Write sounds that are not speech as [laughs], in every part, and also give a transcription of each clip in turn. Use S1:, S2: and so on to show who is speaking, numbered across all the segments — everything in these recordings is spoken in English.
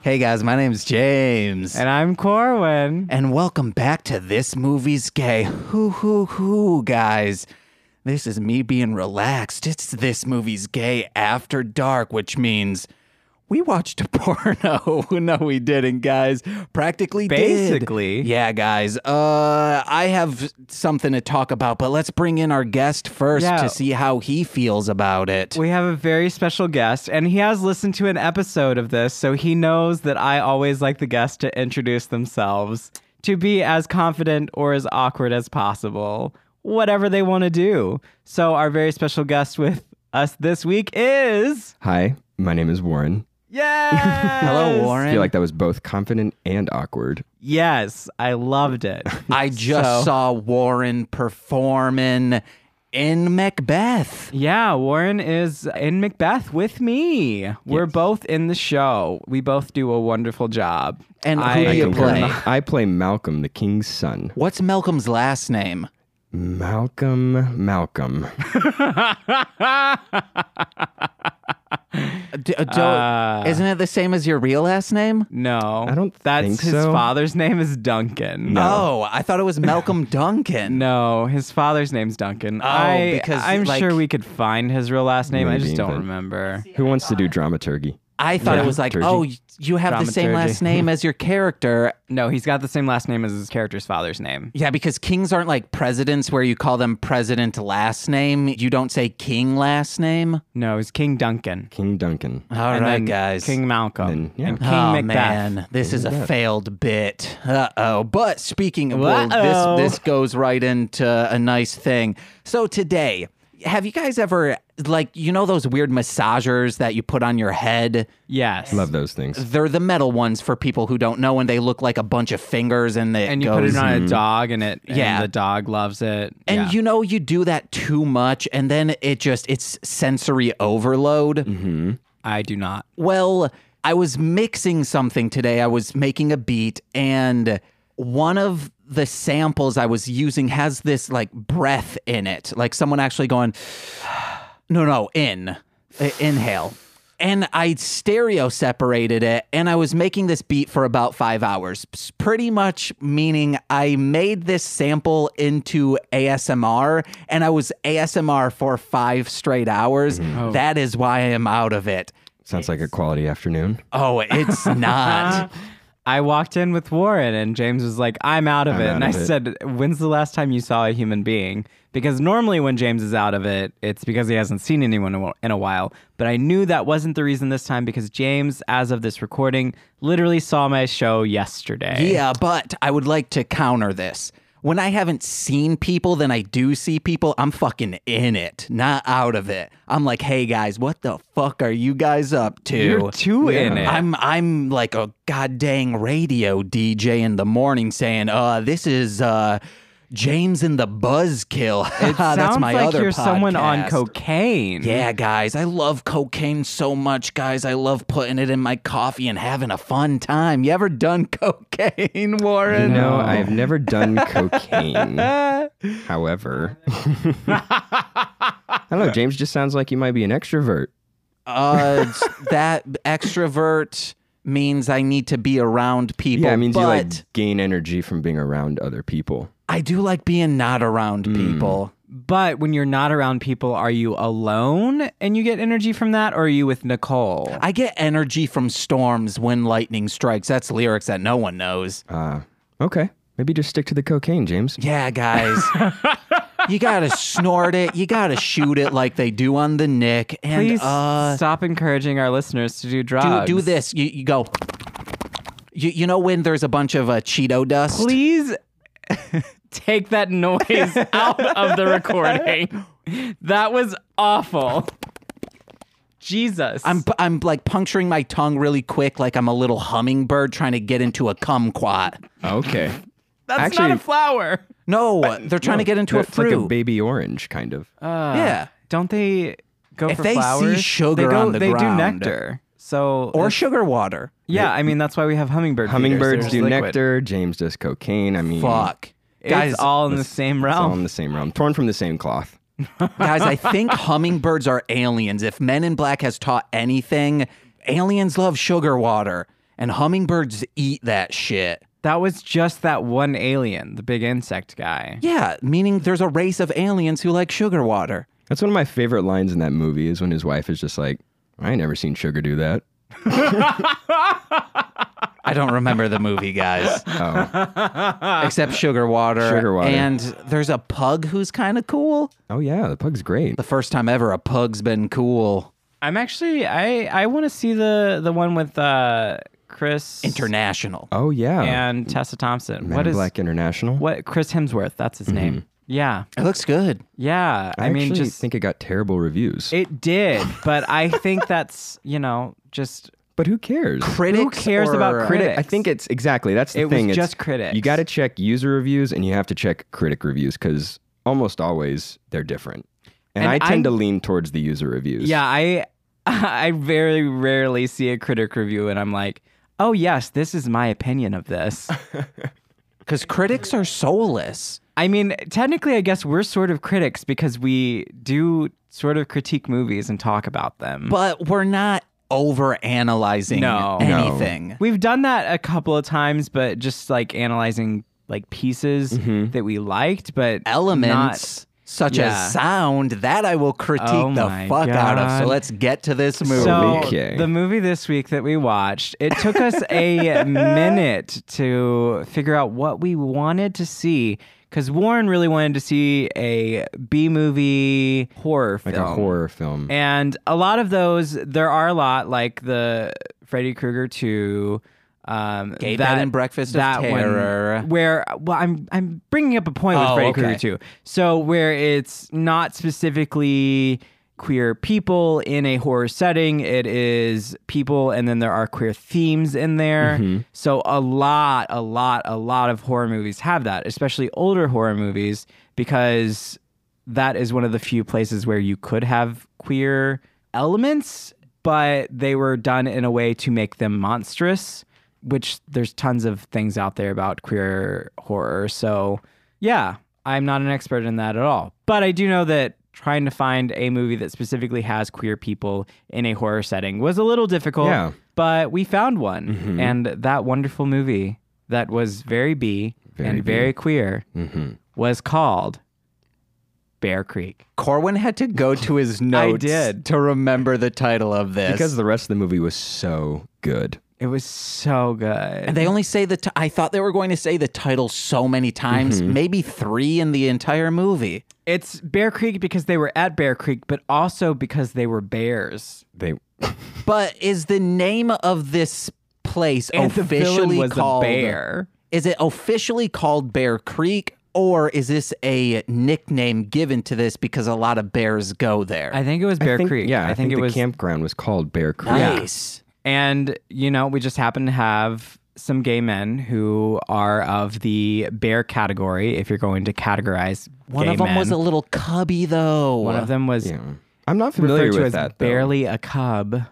S1: Hey guys, my name's James.
S2: And I'm Corwin.
S1: And welcome back to This Movie's Gay. Hoo hoo hoo, guys. This is me being relaxed. It's This Movie's Gay After Dark, which means we watched a [laughs] porno. no, we didn't, guys. Practically did.
S2: Basically.
S1: Yeah, guys. Uh I have something to talk about, but let's bring in our guest first
S2: Yeah.
S1: to see how he feels about it.
S2: We have a very special guest, and he has listened to an episode of this, so he knows that I always like the guests to introduce themselves, to be as confident or as awkward as possible, whatever they want to do. So, our very special guest with us this week is.
S3: Hi, my name is Warren.
S2: Yes!
S1: [laughs] Hello, Warren.
S3: I feel like that was both confident and awkward.
S2: Yes, I
S1: [laughs]
S2: loved it.
S1: I just
S2: So-
S1: saw Warren performing in Macbeth.
S2: Yeah, Warren is in Macbeth with me. We're both in the show. We both do a wonderful job.
S1: And who do
S3: I
S1: you
S3: concur.
S1: play?
S3: I play Malcolm, the king's son.
S1: What's Malcolm's last name?
S3: Malcolm, Malcolm.
S1: D- uh, do- isn't it the same as your real last name?
S2: No,
S3: I don't
S2: That's
S3: think
S2: his
S3: so.
S2: father's name is Duncan.
S1: Oh, I thought it was Malcolm Duncan.
S2: No, his father's name's Duncan. I,
S1: Oh, because,
S2: I'm
S1: like-
S2: sure we could find his real last name. I
S3: Maybe,
S2: just don't
S3: but-
S2: remember.
S3: Who wants to do dramaturgy?
S1: I thought it was like,
S3: Dramaturgy.
S1: oh, y- you have the same
S2: Dramaturgy.
S1: last name as your character.
S2: No, he's got the same last name as his character's father's name.
S1: Yeah, because kings aren't like presidents where you call them president last name. You don't say king last name.
S2: No, it's King Duncan.
S3: King Duncan.
S1: All right,
S2: and then
S1: guys.
S2: King Malcolm.
S3: Then, yeah.
S2: And King
S1: oh
S2: Macbeth.
S1: man, this is a failed bit. Uh oh. But speaking of well,
S2: Uh-oh.
S1: this, this goes right into a nice thing. So today, have you guys ever like you know those weird massagers that you put on your head?
S2: Yes.
S3: Love those things.
S1: They're the metal ones for people who don't know, and they look like a bunch of fingers, and they
S2: And you put it on a dog, and it and
S1: mm-hmm. Yeah.
S2: the dog loves it.
S1: And
S2: yeah.
S1: you know you do that too much, and then it just it's sensory overload.
S2: I do not.
S1: Well, I was mixing something today. I was making a beat, and one of the samples I was using has this like breath in it, like someone actually going, [sighs] no, no, in, Uh, inhale. And I stereo separated it, and I was making this beat for about five hours. S- Pretty much meaning I made this sample into ASMR, and I was ASMR for five straight hours. That is why I am out of it.
S3: Sounds like a quality afternoon.
S1: Oh, it's
S2: [laughs]
S1: not.
S2: I walked in with Warren and James was like, I'm out of it.
S3: out
S2: and I
S3: of it.
S2: said, When's the last time you saw a human being? Because normally when James is out of it, it's because he hasn't seen anyone in a- in a while. But I knew that wasn't the reason this time because James, as of this recording, literally saw my show yesterday.
S1: yeah, but I would like to counter this. When I haven't seen people, then I do see people. I'm fucking in it, not out of it. I'm like, hey guys, what the fuck are you guys up to?
S2: You're too in it.
S1: I'm I'm like a god dang radio DJ in the morning saying, uh, this is uh James and the Buzzkill. [laughs]
S2: it sounds
S1: That's my
S2: like
S1: other
S2: you're someone on
S1: podcast.
S2: cocaine.
S1: Yeah, guys, I love cocaine so much, guys. I love putting it in my coffee and having a fun time. You ever done [laughs] cocaine, Warren?
S3: No, I've
S1: [laughs]
S3: never done cocaine. However, I don't know. James just sounds like you might be an extrovert.
S1: Uh, s- that extrovert means I need to be around people.
S3: Yeah, it means
S1: but
S3: you like gain energy from being around other people.
S1: I do like being not around
S3: Hmm.
S1: people.
S2: But when you're not around people, are you alone and you get energy from that? Or are you with Nicole?
S1: I get energy from storms when lightning strikes. That's lyrics that no one knows.
S3: Uh, okay. Maybe just stick to the
S1: [laughs]
S3: cocaine, James.
S1: Yeah,
S3: [laughs]
S1: guys. you gotta snort it. You gotta shoot it like they do on the Nick. And
S2: Please
S1: uh,
S2: stop encouraging our listeners to
S1: do,
S2: do drugs.
S1: do this. You, you go. You, you know when there's a bunch of uh, Cheeto dust?
S2: Please take that noise out of the recording. That was awful. Jesus.
S1: I'm, p- I'm like puncturing my tongue really quick, like I'm a little hummingbird trying to get into a kumquat.
S3: Okay.
S2: That's
S3: actually-
S2: not a flower.
S1: No, uh, they're trying to get into a
S3: it's like
S1: fruit.
S3: a baby orange, kind of.
S2: Oh.
S1: yeah.
S2: Don't they go
S1: If
S2: for
S1: they see
S2: flowers?
S1: sugar
S2: they go,
S1: on the
S2: they
S1: ground.
S2: do nectar. So
S1: Or sugar water.
S2: yeah, I mean that's why we have hummingbird. feeders.
S3: Hummingbirds
S2: There's
S3: do
S2: liquid.
S3: nectar. James does cocaine. I mean,
S1: Fuck.
S2: It's
S1: guys,
S2: all [laughs] in the same
S3: it's all in
S2: realm.
S3: the same realm, torn from the same cloth.
S1: guys, I think hummingbirds are aliens. If Men in Black has taught anything, aliens love sugar water. and hummingbirds eat that shit.
S2: That was just that one alien, the big insect guy.
S1: Yeah, meaning there's a race of aliens who like sugar water.
S3: That's one of my favorite lines in that movie is when his wife is just like, I ain't never seen Sugar do that.
S1: I don't remember the movie,
S2: [laughs]
S1: guys.
S3: Oh,
S1: Except sugar water.
S3: Sugar water.
S1: And there's a pug who's kind of cool.
S3: oh yeah, the pug's great.
S1: The first time ever a pug's been cool
S2: I'm actually I I want to see the the one with uh Chris
S1: international.
S3: Oh yeah.
S2: and Tessa Thompson.
S3: Man
S2: what
S3: in
S2: is
S3: Black International?
S2: what Chris Hemsworth? That's his name. Yeah,
S1: It looks good.
S2: yeah. I,
S3: I,
S2: mean,
S3: actually
S2: just
S3: think it got terrible reviews.
S2: it did, but I think that's you know just
S3: but who cares?
S1: Critics
S2: cares about
S1: or-
S2: critics?
S3: I think it's exactly that's the
S2: It was
S3: thing. it's-
S2: just critics.
S3: You got to check user reviews and you have to check critic reviews because almost always they're different. And,
S2: And
S3: I tend
S2: I-
S3: to lean towards the user reviews.
S2: yeah. I [laughs] I very rarely see a critic review, and I'm like, oh yes, this is my opinion of this.
S1: Because critics are soulless.
S2: I mean, technically, I guess we're sort of critics because we do sort of critique movies and talk about them.
S1: but we're not over analyzing
S2: No. No.
S1: anything.
S2: We've done that a couple of times, but just like analyzing like pieces that we liked, but
S1: Elements such
S2: yeah.
S1: as sound that I will critique
S2: Oh
S1: the
S2: my
S1: fuck out of.
S2: God.
S1: So let's get to this
S2: not-
S1: movie.
S2: So
S3: Okay.
S2: the movie this week that we watched, it took us
S3: [laughs]
S2: a minute to figure out what we wanted to see because Warren really wanted to see a B movie horror
S3: Like
S2: film.
S3: a horror
S1: Mm.
S3: film.
S2: And a lot of those, there are a lot like the Freddy Krueger 2. Um,
S1: Gay Bed and Breakfast of
S2: that one,
S1: Terror.
S2: where well, I'm I'm bringing up a point with
S1: Oh,
S2: Freddy
S1: okay.
S2: Krueger 2. So where it's not specifically queer people in a horror setting, it is people, and then there are queer themes in there.
S1: Mm-hmm.
S2: So a lot, a lot, a lot of horror movies have that, especially older horror movies, because that is one of the few places where you could have queer elements, but they were done in a way to make them monstrous, which there's tons of things out there about queer horror. So, yeah, I'm not an expert in that at all. But I do know that trying to find a movie that specifically has queer people in a horror setting was a little difficult.
S3: Yeah.
S2: But we found one, and that wonderful movie that was very B and very queer was called Bear Creek.
S1: Corwin had to go to
S2: [laughs]
S1: his notes
S2: did.
S1: to remember the title of this.
S3: Because the rest of the movie was so good.
S2: It was so good.
S1: they only say the. T- I thought they were going to say the title so many times,
S2: Mm-hmm.
S1: maybe three in the entire movie.
S2: It's Bear Creek because they were at Bear Creek, but also because they were bears.
S3: They
S1: But is the name of this place
S2: And the villain
S1: officially
S2: was
S1: called
S2: a bear.
S1: Is it officially called Bear Creek or is this a nickname given to this because a lot of bears go there?
S2: I think it was Bear
S3: I think-
S2: Creek.
S3: Yeah,
S2: I, think, it
S3: the
S2: was.
S3: campground was called Bear Creek.
S1: nice.
S2: and you know, we just happen to have some gay men who are of the bear category. If you're going to categorize,
S1: One
S2: gay
S1: of them was a
S2: men.
S1: little cubby though.
S2: one of them was
S3: Yeah. I'm not familiar
S2: referred to
S3: with
S2: as
S3: that. though.
S2: barely a cub.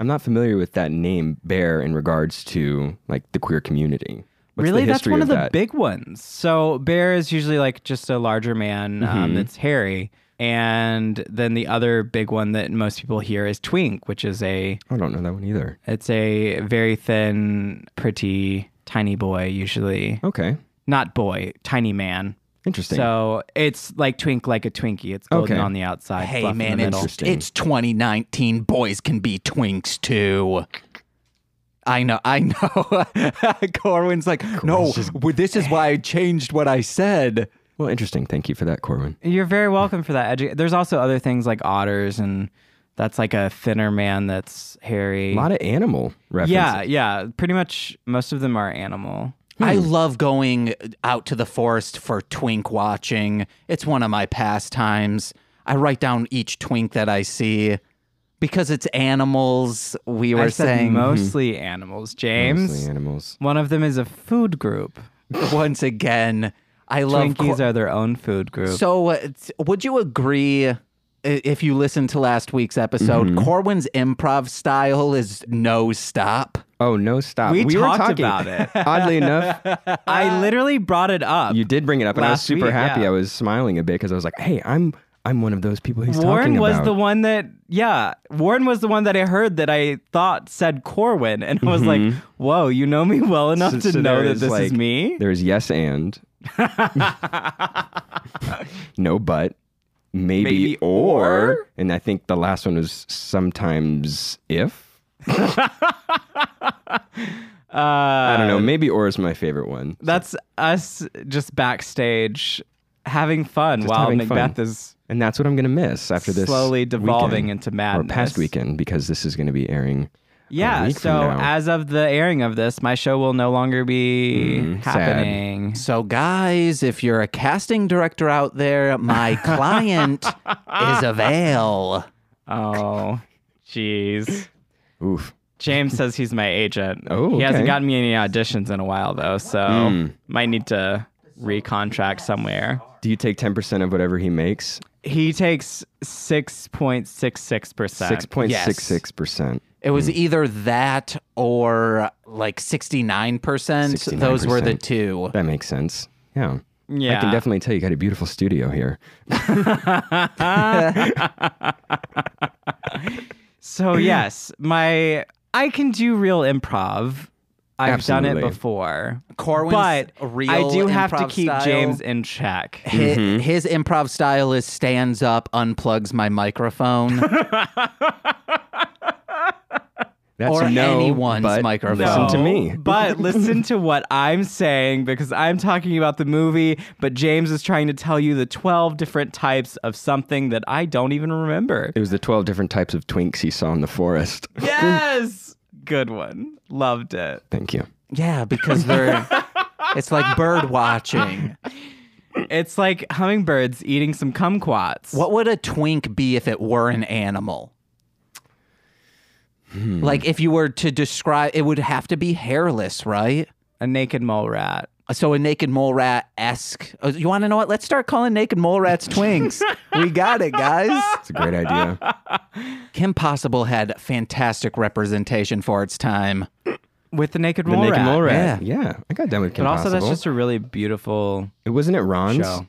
S3: I'm not familiar with that name Bear in regards to like the queer community. What's
S2: really,
S3: the
S2: that's
S3: history
S2: one of the
S3: that?
S2: big ones. So bear is usually like just a larger man
S3: Mm-hmm.
S2: um, that's hairy, and then the other big one that most people hear is twink, which is a
S3: I don't know that one either.
S2: it's a very thin, pretty, tiny boy usually.
S3: Okay,
S2: Not boy, tiny man.
S3: interesting.
S2: So it's like twink, like a twinkie. It's golden
S3: Okay.
S2: on the outside.
S1: Hey
S2: fluff in
S1: man,
S2: the middle.
S1: it's,
S3: Interesting.
S1: it's 2019. Boys can be twinks too. I know, I know. [laughs] Corwin's like, no, w- this is why I changed what I said.
S3: well, interesting. Thank you for that, Corwin.
S2: You're very welcome for that. Edu- There's also other things like otters, and that's like a thinner man that's hairy.
S3: A lot of animal references.
S2: Yeah, yeah. Pretty much most of them are animal.
S1: I
S2: Hmm.
S1: love going out to the forest for twink watching. It's one of my pastimes. I write down each twink that I see because it's animals. We were
S2: I said
S1: saying
S2: mostly animals, James.
S3: mm-hmm. Mostly animals.
S2: One of them is a food group.
S1: [laughs] once again. I love.
S2: Twinkies
S1: Cor-
S2: are their own food group.
S1: so, uh, t- would you agree? i- If you listened to last week's episode, Corwin's improv style is no stop.
S3: Oh no! Stop.
S2: We
S3: were
S2: talked
S3: talking
S2: about it.
S3: [laughs] Oddly enough,
S2: I literally brought it up.
S3: uh, you did bring it up, and I was
S2: Last
S3: super
S2: week,
S3: happy.
S2: yeah.
S3: I was smiling a bit because I was like, "Hey, I'm I'm one of those people he's
S2: Warren
S3: talking
S2: was
S3: about.
S2: the one that, yeah, Warren was the one that I heard that I thought said Corwin, and I was like, "Whoa, you know me well enough
S3: Mm-hmm. So-
S2: to
S3: so
S2: know
S3: there
S2: that
S3: is,
S2: this
S3: like,
S2: is me."
S3: There's
S2: [laughs]
S3: yes and. no but. Maybe,
S2: Maybe
S3: or,
S2: or?
S3: And I think the last one was sometimes
S2: [laughs]
S3: if.
S2: Uh, I
S3: I don't know. Maybe or is my favorite one.
S2: That's us just backstage having fun
S3: Just
S2: while
S3: having fun.
S2: Macbeth is
S3: And that's what I'm going to miss after this.
S2: slowly devolving
S3: weekend,
S2: into
S3: Or
S2: madness.
S3: past weekend because this is going to be airing.
S2: Yeah.
S3: week from
S2: So
S3: now.
S2: as of the airing of this, my show will no longer be
S3: Mm, sad.
S2: happening.
S1: So, guys, if you're a casting director out there, my client is a veil.
S2: Oh, jeez.
S3: Oof.
S2: James says he's my agent.
S3: [laughs] Oh,
S2: he hasn't
S3: okay. Hmm.
S2: gotten me any auditions in a while though, so might need to recontract somewhere.
S3: Do you take 10% of whatever he makes?
S2: He takes six point six six percent.
S3: 6.66%.
S1: It was either that or like 69%. Those were the
S3: 69%.
S1: two.
S3: That makes sense. Yeah. I
S2: Yeah.
S3: can definitely tell you got a beautiful studio here. [clears throat]
S2: So yes, my I can do real improv. I've done it
S3: Absolutely.
S2: before.
S1: Corwin's
S2: but
S1: real
S2: I do have to
S1: improv
S2: keep
S1: style.
S2: James in check.
S1: Hi- His, improv style is stands up, unplugs my microphone.
S3: That's
S1: Or
S3: no,
S1: anyone's
S3: but
S1: microphone.
S3: Listen to
S2: No, [laughs]
S3: me.
S2: but listen to what I'm saying because I'm talking about the movie, but James is trying to tell you the 12 different types of something that I don't even remember.
S3: It was the 12 different types of twinks he saw in the forest. [laughs]
S2: yes! Good one. Loved it.
S3: Thank you.
S1: yeah, because they're. It's like bird watching.
S2: It's like hummingbirds eating some kumquats.
S1: What would a twink be if it were an animal?
S2: Hmm.
S1: Like if you were to describe, it would have to be hairless, right?
S2: A naked mole rat.
S1: So a naked mole rat esque. You want to know what? Let's start calling naked mole rats
S2: [laughs]
S1: twinks. we got it, guys.
S3: It's a great idea.
S1: Kim Possible had fantastic representation for its time.
S2: With the naked
S3: the
S2: mole
S3: naked
S2: rat.
S3: mole rat. Yeah. I got done with Kim
S2: But also, that's
S3: Possible.
S2: just a really beautiful
S3: It wasn't it Ron's?
S2: show.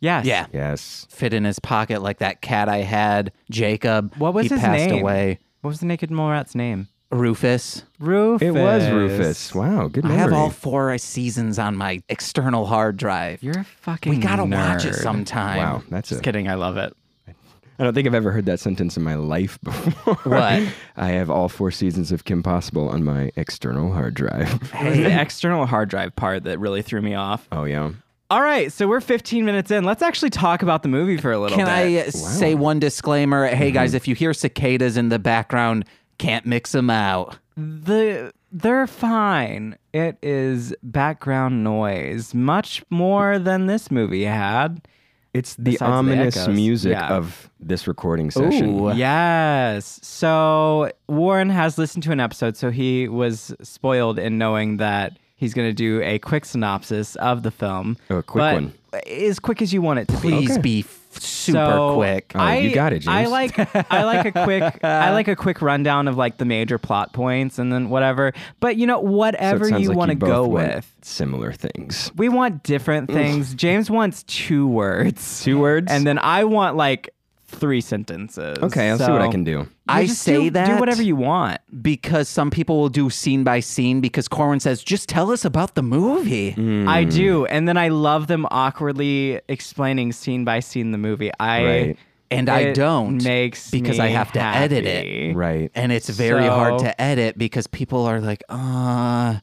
S2: Yes.
S1: Yeah.
S3: Yes.
S1: Fit in his pocket like that cat I had, Jacob.
S2: What was
S1: he
S2: his
S1: passed
S2: name?
S1: away.
S2: What was the naked mole rat's name?
S1: Rufus.
S2: Rufus.
S3: It was Rufus. Wow, good
S1: I
S3: memory.
S1: have all four seasons on my external hard drive.
S2: You're a fucking.
S1: we gotta
S2: nerd.
S1: watch it sometime.
S3: Wow, that's
S2: Just
S3: it.
S2: kidding. I love it.
S3: I don't think I've ever heard that sentence in my life [laughs] before.
S1: What?
S3: I have all four seasons of Kim Possible on my external hard drive.
S2: It was the external hard drive part that really threw me off.
S3: Oh yeah.
S2: All right, so we're 15 minutes in. Let's actually talk about the movie for a little
S1: Can
S2: bit.
S1: I uh, say one disclaimer? Hey guys, if you hear cicadas in the background, can't mix them out.
S2: The they're fine. It is background noise, much more than this movie had.
S3: It's the
S2: Besides the
S3: ominous
S2: echoes.
S3: music
S2: Yeah.
S3: of this recording session.
S1: Ooh.
S2: Yes. So Warren has listened to an episode, so he was spoiled in knowing that he's going to do a quick synopsis of the film.
S3: Oh, a quick
S2: but
S3: one.
S2: As quick as you want it to be.
S1: Please be f- super
S2: So,
S1: quick.
S3: Oh, you got it,
S2: I
S3: James.
S2: like I like a
S3: [laughs]
S2: quick I like a quick rundown of like the major plot points and then whatever. But you know
S3: So it
S2: whatever
S3: sounds
S2: you
S3: like
S2: want to
S3: both
S2: go
S3: want
S2: with.
S3: similar things.
S2: We want different
S3: [laughs]
S2: things. James wants two words.
S3: Two words.
S2: And then I want like three sentences.
S3: okay, I'll see what I
S2: So-
S3: can do.
S2: Yeah,
S1: I
S2: just
S1: say
S2: do, do
S1: that-
S2: whatever you want.
S1: because some people will do scene by scene because Corwin says, just tell us about the movie.
S2: I
S3: Hmm.
S2: do, and then I love them awkwardly explaining scene by scene the movie. I
S3: Right.
S1: And I
S2: it
S1: don't
S2: makes
S1: because
S2: me
S1: I have to edit it.
S2: happy.
S3: Right.
S1: And it's very
S2: So-
S1: hard to edit because people are like, uh,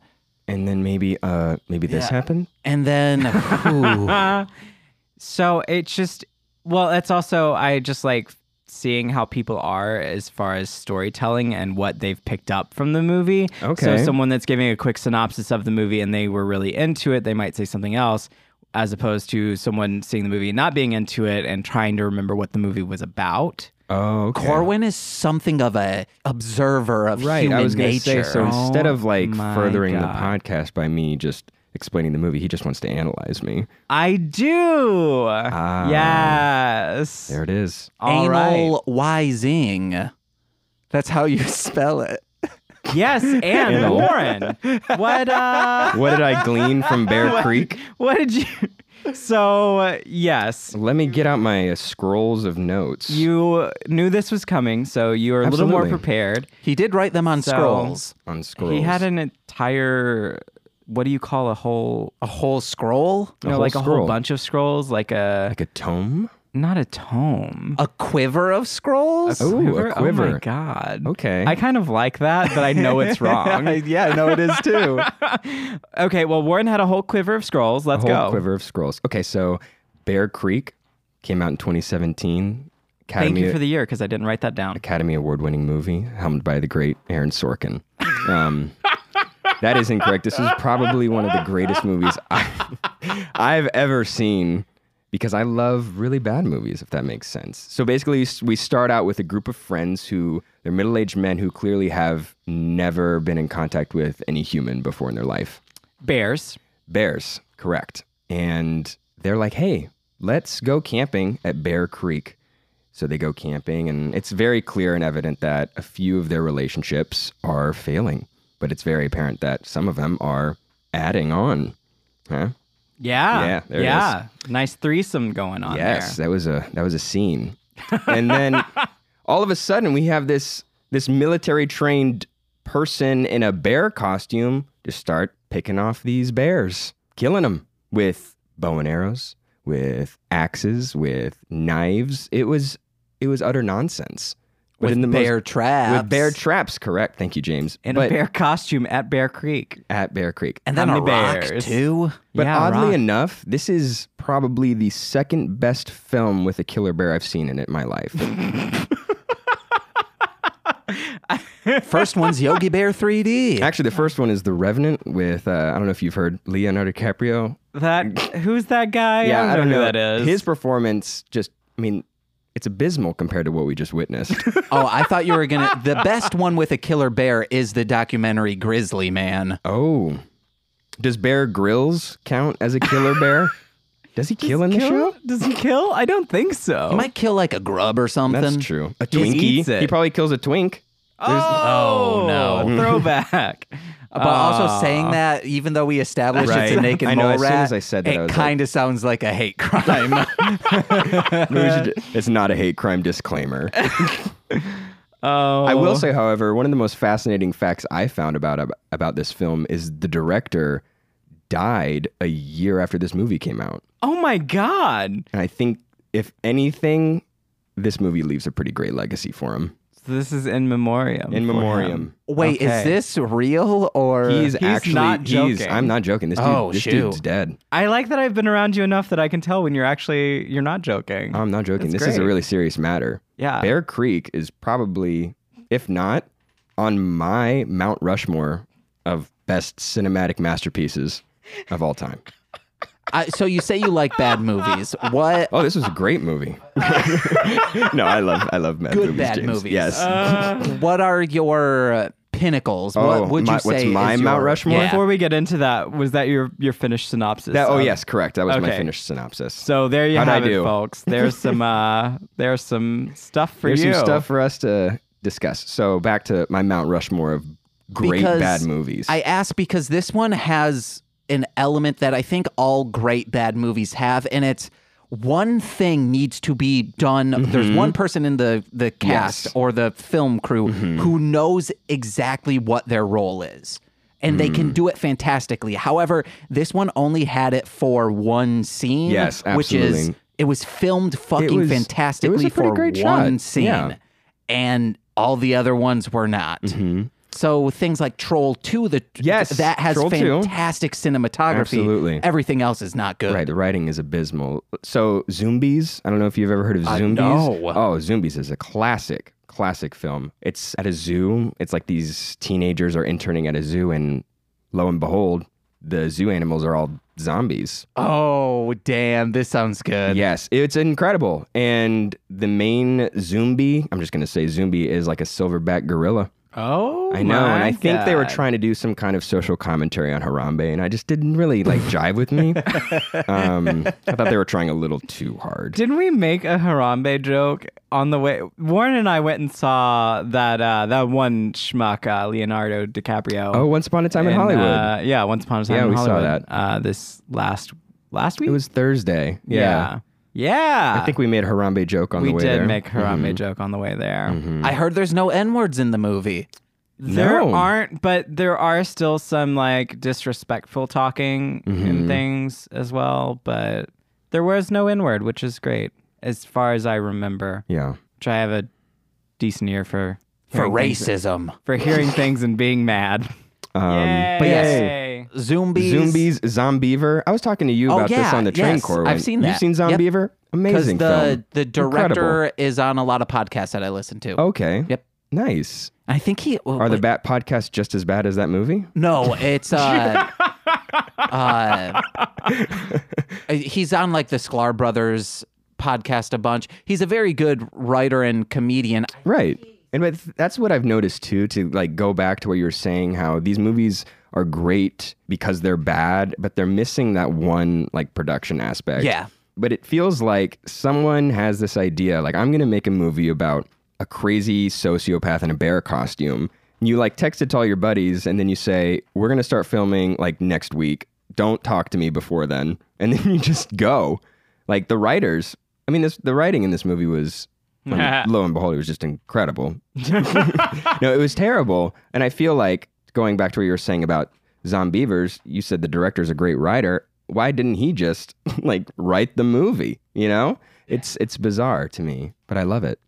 S3: And then maybe uh maybe this happened?
S1: and then whew.
S2: So it's just well, it's also I just like seeing how people are as far as storytelling and what they've picked up from the movie. So
S3: Okay.
S2: someone that's giving a quick synopsis of the movie and they were really into it, they might say something else as opposed to someone seeing the movie and not being into it and trying to remember what the movie was about.
S3: Oh, okay.
S1: Corwin is something of a observer of
S3: Right.
S1: human
S3: I was going to say
S1: nature.
S3: so instead of like
S2: my
S3: furthering
S2: God.
S3: the podcast by me just explaining the movie, he just wants to analyze me.
S2: I do. yes.
S3: Ah. There it is. [laughs]
S2: All right.
S1: anal wising. That's how you [laughs] spell it.
S2: Yes,
S3: [laughs]
S2: and
S3: Anal. [laughs]
S2: Warren. What uh
S3: What did I glean from Bear Creek?
S2: What did you [laughs] So, uh, yes,
S3: Let me get out my uh, scrolls of notes.
S2: you knew this was coming, so you were a little more
S3: Absolutely.
S2: prepared.
S1: He did write them on
S2: So-
S1: scrolls.
S3: on scrolls.
S2: He had an entire, what do you call a whole,
S1: A whole scroll?
S2: no,
S3: whole
S2: like a whole
S3: scroll.
S2: bunch of scrolls, like a,
S3: like a tome.
S2: not a tome.
S1: A quiver of scrolls?
S3: Ooh, a
S2: Oh my
S3: quiver.
S2: god.
S3: Okay.
S2: I kind of like that, but I know it's
S3: [laughs]
S2: wrong.
S1: yeah, I know it is too.
S2: [laughs] okay, well, Warren had a whole quiver of scrolls. Let's
S3: whole
S2: go.
S3: quiver of scrolls. Okay, so Bear Creek came out in 2017. Academy,
S2: Thank you for the year because I didn't write that down.
S3: Academy Award-winning movie, helmed by the great Aaron Sorkin.
S2: [laughs]
S3: Um, that is incorrect. This is probably one of the greatest movies I, [laughs] I've ever seen because I love really bad movies, if that makes sense. So basically, s- we start out with a group of friends who they're middle-aged men who clearly have never been in contact with any human before in their life.
S2: Bears.
S3: Bears, correct. And they're like, hey, let's go camping at Bear Creek. So they go camping, and it's very clear and evident that a few of their relationships are failing, but it's very apparent that some of them are adding on. Huh?
S2: Yeah.
S3: Yeah, there it
S2: yeah. Nice threesome going on
S3: yes,
S2: there.
S3: that was a that was a scene.
S2: [laughs]
S3: and then all of a sudden, we have this this military trained person in a bear costume just start picking off these bears, killing them with bow and arrows, with axes, with knives. It was it was utter nonsense. But
S1: With
S3: in the most-
S1: bear traps.
S3: with bear traps, correct? Thank you, James.
S2: In a
S3: but
S2: bear costume at Bear Creek.
S3: at Bear Creek,
S1: and then
S2: How
S1: a
S2: many
S1: rock
S2: bears?
S3: [laughs]
S1: too.
S3: But
S2: Yeah,
S3: oddly
S2: rock.
S3: enough, this is probably the second best film with a killer bear I've seen in it in my life.
S2: [laughs]
S1: First one's Yogi Bear 3D.
S3: [laughs] Actually, the first one is The Revenant with uh, I don't know if you've heard Leonardo DiCaprio. [laughs]
S2: That who's that guy? I don't, know, who that is.
S3: His performance just I mean, it's abysmal compared to what we just witnessed.
S2: [laughs]
S1: oh, I thought you were gonna. The best one with a killer bear is the documentary Grizzly Man.
S3: oh. Does Bear Grylls count as a killer
S2: [laughs]
S3: bear? Does he kill in the
S2: kill?
S3: show?
S2: Does he kill? I don't think so.
S1: He might kill like a grub or something.
S3: That's true. A
S2: Just
S3: Twinkie.
S2: eats it.
S3: He probably kills a twink. There's- [laughs]
S2: oh,
S1: Oh, no.
S2: Throwback.
S1: But also saying that, even though we established it's a
S3: Ah. Right.
S1: naked
S3: I know,
S1: mole
S3: as soon
S1: rat,
S3: as I said that, I
S1: it
S3: was like-
S1: kind of sounds like a hate
S3: [laughs]
S1: crime.
S3: We should- it's not a hate
S2: [laughs]
S3: crime disclaimer.
S2: Oh,
S3: I will say, however, one of the most fascinating facts I found about ab- about this film is the director died a year after this movie came out,
S2: Oh my god.
S3: and I think if anything, this movie leaves a pretty great legacy for him.
S2: So this is in memoriam.
S3: In
S2: for him.
S3: memoriam,
S1: Wait,
S2: Okay.
S1: is this real or?
S3: he's,
S2: He's
S3: actually
S2: not
S3: He's,
S2: joking.
S3: I'm not joking. This dude,
S1: Oh,
S3: this
S1: shoo.
S3: dude's dead.
S2: I like that I've been around you enough that I can tell when you're actually you're not joking.
S3: I'm not joking.
S2: That's
S3: this is a
S2: great.
S3: really serious matter.
S2: yeah.
S3: Bear Creek is probably, if not, on my Mount Rushmore of best cinematic masterpieces of all time.
S1: I, so you say you like bad [laughs] movies. What?
S3: Oh, this was a great movie. [laughs] no, I love I love bad
S1: Good
S3: movies.
S1: bad
S3: James.
S1: movies.
S3: Yes.
S2: Oh,
S1: What are your uh, pinnacles?
S3: Oh,
S1: what would you
S3: my-
S1: say?
S3: what's my
S1: is
S3: Mount
S1: your-
S3: Rushmore?
S1: Yeah.
S2: Before we get into that, was that your your finished synopsis?
S3: That- oh
S2: of-
S3: yes, correct. That was my
S2: Okay.
S3: finished synopsis.
S2: So there you
S3: How'd I
S2: have it,
S3: do?
S2: folks. There's
S3: [laughs]
S2: some uh there's some stuff for
S3: There's
S2: you.
S3: some stuff for us to discuss. So back to my Mount Rushmore of great
S1: Because
S3: bad movies.
S1: I ask because this one has an element that I think all great bad movies have, and it's one thing needs to be done. There's one person in the the cast
S3: Mm-hmm. Yes. Mm-hmm.
S1: or the film crew who knows exactly what their role is. And they
S3: Mm.
S1: can do it fantastically. However, this one only had it for one scene.
S3: Yes,
S1: Which is
S3: absolutely.
S1: it was filmed fucking
S3: was- it was a
S1: fantastically
S3: pretty
S1: for
S3: great shot.
S1: one scene.
S3: Yeah. Mm-hmm.
S1: And all the other ones were not. So things like Troll 2, the
S3: Yes,
S1: that has
S3: Troll 2.
S1: fantastic cinematography.
S3: Absolutely.
S1: Everything else is not good.
S3: Right, the writing is abysmal. So Zombies, I don't know if you've ever heard of Zombies.
S1: no.
S3: Oh, Zombies is a classic, classic film. It's at a zoo. It's like these teenagers are interning at a zoo, and lo and behold, the zoo animals are all zombies.
S1: Oh, damn. This sounds good.
S3: Yes, it's incredible. And the main Zombie, I'm just going to say Zombie, is like a silverback gorilla.
S2: Oh,
S3: I know. And
S2: my
S3: I think they were
S2: God.
S3: trying to do some kind of social commentary on Harambe, and I just didn't really like jive
S1: [laughs]
S3: with me. um, I thought they were trying a little too hard.
S2: Didn't we make a Harambe joke on the way? Warren and I went and saw that uh, that one schmuck, uh, Leonardo DiCaprio.
S1: uh,
S3: Oh, Once Oh, Upon a Time in, Hollywood.
S2: Uh, yeah, Once Upon a Time
S3: Yeah,
S2: in
S3: we saw
S2: Hollywood.
S3: that.
S2: Uh, this last last week?
S3: It was Thursday. Yeah.
S2: yeah. Yeah.
S3: I think we made a Harambe joke on
S2: we
S3: the way
S2: did
S3: there. Mm-hmm.
S2: make Harambe joke on the way there.
S3: Mm.
S1: I heard there's no N words in the movie.
S2: There
S3: No.
S2: aren't, but there are still some like disrespectful talking
S3: Mm-hmm.
S2: and things as well. But there was no N word, which is great as far as I remember.
S3: Yeah.
S2: Which I have a decent ear for
S1: For
S2: hearing things-
S1: racism.
S2: for
S1: [laughs]
S2: hearing things and being mad.
S3: Um,
S1: but yes.
S2: Yay.
S1: Zombies.
S3: Zombies, Zombiever. I was talking to you
S1: Oh,
S3: about this
S1: yeah,
S3: on the train
S1: yes.
S3: core.
S1: I've seen
S3: You've
S1: that.
S3: seen
S1: Yep.
S3: Zombiever?
S1: Because
S3: Amazing
S1: the,
S3: film.
S1: the director
S3: Incredible.
S1: is on a lot of podcasts that I listen to.
S3: Okay.
S1: Yep.
S3: Nice.
S1: I think he.
S3: Are the Bat podcast just as bad as that movie?
S1: No, it's
S3: [laughs]
S1: uh, uh, [laughs] he's on like the Sklar Brothers podcast a bunch. He's a very good writer and comedian.
S3: Right. And but th- that's what I've noticed too to like go back to what you were saying how these movies are great because they're bad, but they're missing that one like production aspect.
S1: Yeah.
S3: But it feels like someone has this idea like I'm going to make a movie about a crazy sociopath in a bear costume. You like text it to all your buddies and then you say, "We're going to start filming like next week. Don't talk to me before then." And [laughs] then you just go. Like the writers, I mean this the writing in this movie was I mean, lo and behold, it was just incredible. [laughs] no, it was terrible. And I feel like going back to what you were saying about Zombievers, you said the director's a great writer. Why didn't he just [laughs] like write the movie? You know, it's it's bizarre to me, but I love it.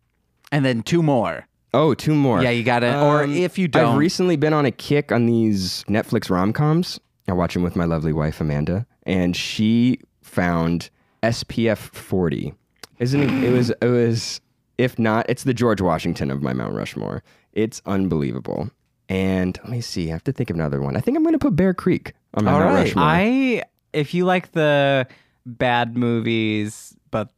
S1: And then two more.
S3: Oh, two more.
S1: Yeah, you got to. or
S3: Um,
S1: if you don't,
S3: I've recently been on a kick on these Netflix rom coms. I watch them with my lovely wife Amanda, and she found SPF 40. Isn't it? It was. It was. If not, it's the George Washington of my Mount Rushmore. It's unbelievable. And let me see. I have to think of another one. I think I'm going to put Bear Creek on my
S1: All
S3: Mount
S1: right.
S3: Rushmore.
S2: I if you like the bad movies but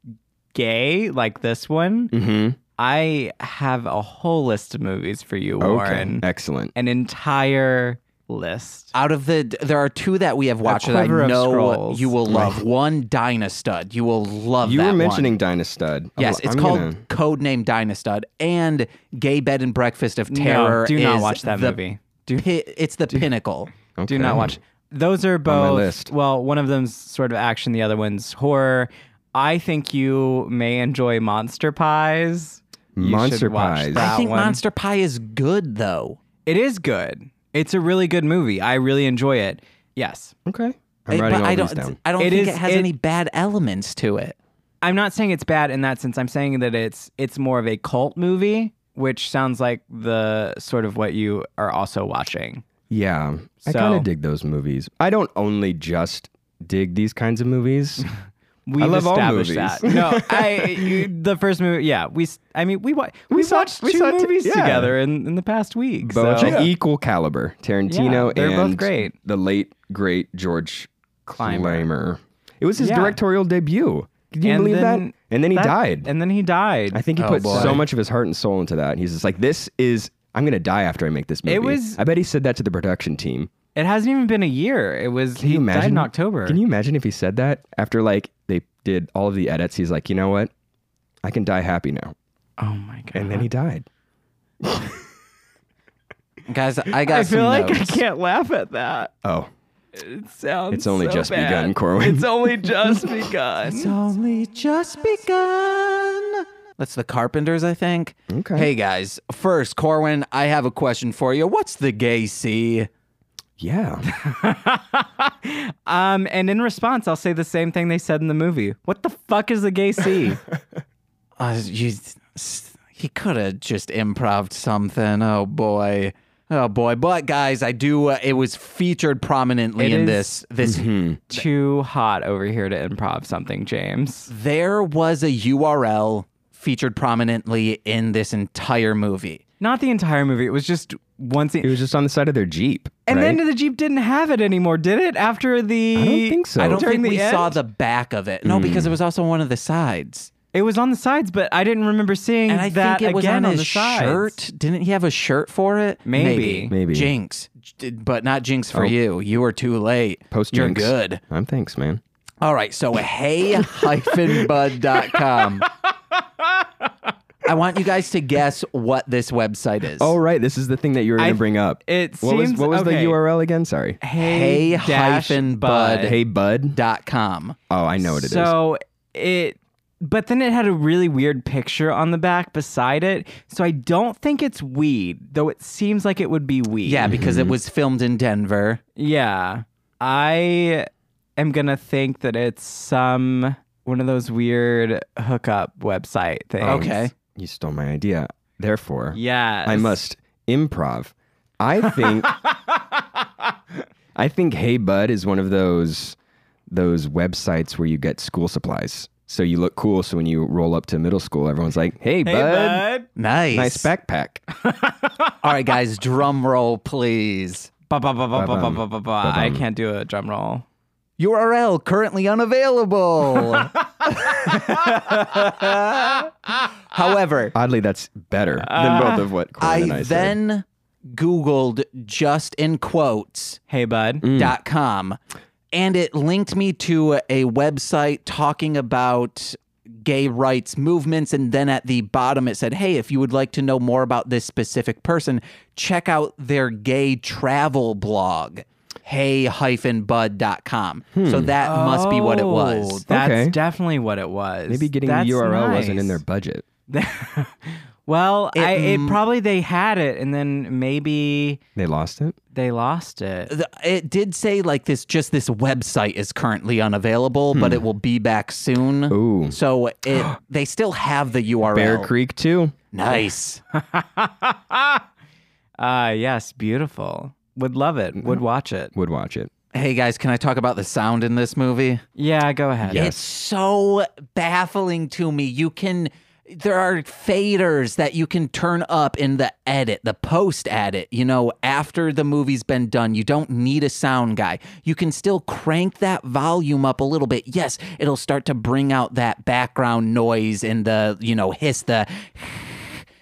S2: gay like this one,
S1: Mm.
S3: Mhm.
S2: I have a whole list of movies for you, Warren.
S3: Okay. Excellent.
S2: An entire list.
S1: out of the, there are two that we have watched that I
S2: quiver of
S1: know
S2: scrolls.
S1: you will love. One, Dynastud. You will love
S3: You
S1: that
S3: were
S1: one.
S3: mentioning Dynastud. I'm-
S1: Yes, it's
S3: I'm
S1: called
S3: gonna-
S1: Codename Dynastud and Gay Bed and Breakfast of Terror.
S2: no, do not
S1: is
S2: watch that
S1: the
S2: movie.
S1: pi- it's the pinnacle.
S2: Do
S3: Okay.
S2: not watch. Those are both.
S3: list.
S2: Well, one of them's sort of action, the other one's horror. I think you may enjoy Monster Pies. You should
S3: Monster
S2: watch
S3: Pies.
S2: that
S1: I think
S2: one.
S1: Monster Pie is good though.
S2: It is good. It's a really good movie. I really enjoy it. Yes.
S3: Okay. I'm
S1: It-
S3: writing
S1: but
S3: all
S1: I
S3: these
S1: don't.
S3: down.
S1: I don't
S2: It
S1: think
S2: is-
S1: it has
S2: it-
S1: any bad elements to it.
S2: I'm not saying it's bad in that sense. I'm saying that it's it's more of a cult movie, which sounds like the sort of what you are also watching.
S3: Yeah, I
S2: So-
S3: kind of dig those movies. I don't only just dig these kinds
S2: [laughs]
S3: of movies.
S2: We
S3: love all
S2: established
S3: movies.
S2: that. No, I [laughs] you, the first movie. Yeah, we. s- I mean, we wa- we,
S3: saw-
S2: watched
S3: we
S2: two
S3: saw t-
S2: movies
S3: yeah.
S2: together in, in the past week.
S3: Both
S2: so.
S3: at equal caliber. Tarantino
S2: Yeah, they're both
S3: and
S2: great.
S3: the late great George
S2: Clymer.
S3: Clymer. It was his
S2: Yeah.
S3: directorial debut. Can you
S2: And
S3: believe
S2: then
S3: that? And then he
S2: that-
S3: died.
S2: And then he died.
S3: I think he
S1: Oh,
S3: put
S1: boy.
S3: so much of his heart and soul into that. He's just like, this is. I'm gonna die after I make this movie.
S2: was-
S3: I bet he said that to the production team.
S2: it hasn't even been a year. It was.
S3: Can
S2: he
S3: you imagine?
S2: died in October.
S3: Can you imagine if he said that after like they did all of the edits? He's like, you know what? I can die happy now.
S2: Oh my god.
S3: And then he died.
S1: Guys, I got
S2: I
S1: some
S2: feel like I
S1: notes.
S2: can't laugh at that.
S3: Oh,
S2: It sounds.
S3: It's only
S2: so
S3: just
S2: bad.
S3: begun, Corwin.
S2: It's
S3: [laughs]
S2: only just begun.
S1: It's only just begun. That's the Carpenters, I think.
S3: Okay.
S1: Hey guys, first, Corwin, I have a question for you. What's the gay C?
S3: [laughs] yeah.
S2: Um, and in response, I'll say the same thing they said in the movie. What the fuck is a gay
S3: [laughs]
S2: C?
S1: Uh, you, he could have just improv something. Oh boy. Oh boy. But guys, I do. Uh, it was featured prominently
S2: It
S1: in
S2: is- Mm-hmm.
S1: this. This
S2: Too hot over here to improv something, James.
S1: there was a URL featured prominently in this entire movie.
S2: Not the entire movie. It was just one scene.
S3: It was just on the side of their Jeep.
S2: and
S3: right?
S2: then the Jeep didn't have it anymore, did it? After the
S3: I don't think so.
S1: I don't
S2: During
S1: think
S2: the
S1: we saw
S2: end? Mm.
S1: the back of it. No, because it was also one of the sides.
S2: It was on the sides, but I didn't remember seeing
S1: And I
S2: that
S1: think it was
S2: again
S1: on
S2: on
S1: his
S2: the sides.
S1: shirt. Didn't he have a shirt for it?
S2: Maybe.
S3: Maybe. Oh.
S1: Jinx. J- But not Jinx for you. You were too late.
S3: Post
S1: You're
S3: Jinx.
S1: good.
S3: I'm thanks, man.
S1: [laughs] All right, so hey hyphen bud.com. I want you guys to guess what this website is.
S3: Oh, right. This is the thing that you were going
S2: I-
S3: to bring up.
S2: it
S3: what was
S2: seems-
S3: what was
S2: okay.
S3: the URL again? Sorry.
S1: hey
S2: dash
S1: hyphen bud
S3: Hey, bud.
S1: dot com.
S3: Oh, I know what it is.
S2: so it but then it had a really weird picture on the back beside it. So I don't think it's weed, though it seems like it would be weed.
S1: Yeah, because
S3: Mm-hmm.
S1: it was filmed in Denver.
S2: Yeah. I am going to think that it's some one of those weird hookup website things.
S1: Okay.
S3: You stole my idea. Therefore,
S2: Yes.
S3: I must improv. I
S2: [laughs]
S3: think I think Hey Bud is one of those those websites where you get school supplies. So you look cool. So when you roll up to middle school, everyone's like, "Hey,
S2: Hey,
S3: bud,
S2: bud.
S1: Nice.
S3: nice backpack."
S1: All right, guys, drum roll, please.
S2: Ba, ba, ba, ba, ba, ba,
S3: Ba-bum.
S2: ba, ba, ba. I can't do a drum roll.
S1: URL currently
S3: [laughs]
S1: unavailable. However,
S3: Oddly, that's better than both of what Corin and
S1: I
S3: I said.
S1: then Googled just in quotes
S2: Hey, bud.
S3: Mm, Hmm.
S1: dot com, and it linked me to a website talking about gay rights movements. And then at the bottom, it said, Hey, if you would like to know more about this specific person, check out their gay travel blog, hey bud.com.
S3: Hmm.
S1: So that must be what it
S2: Oh,
S1: was.
S2: That's
S3: Okay.
S2: definitely what it was.
S3: Maybe getting
S2: That's
S3: the URL
S2: nice.
S3: wasn't in their budget.
S2: well, I, it
S1: m-
S2: probably they had it, and then maybe
S3: They lost it.
S2: they lost it.
S1: The- It did say like this, just this website is currently unavailable, but it will be back soon.
S3: Hmm. Ooh.
S1: So it, they still have the URL.
S3: Bear Creek too.
S1: Nice.
S2: Uh yes, beautiful. Would love it.
S3: Mm-hmm.
S2: Would watch it.
S3: Would watch it.
S1: Hey guys, can I talk about the sound in this movie?
S2: Yeah, go ahead.
S1: It's so baffling to me. You can there are faders that you can turn up in the edit, the post edit, you know, after the movie's been done. You don't need a sound guy. You can still crank that volume up a little bit. Yes, it'll start to bring out that background noise and the, you know, hiss the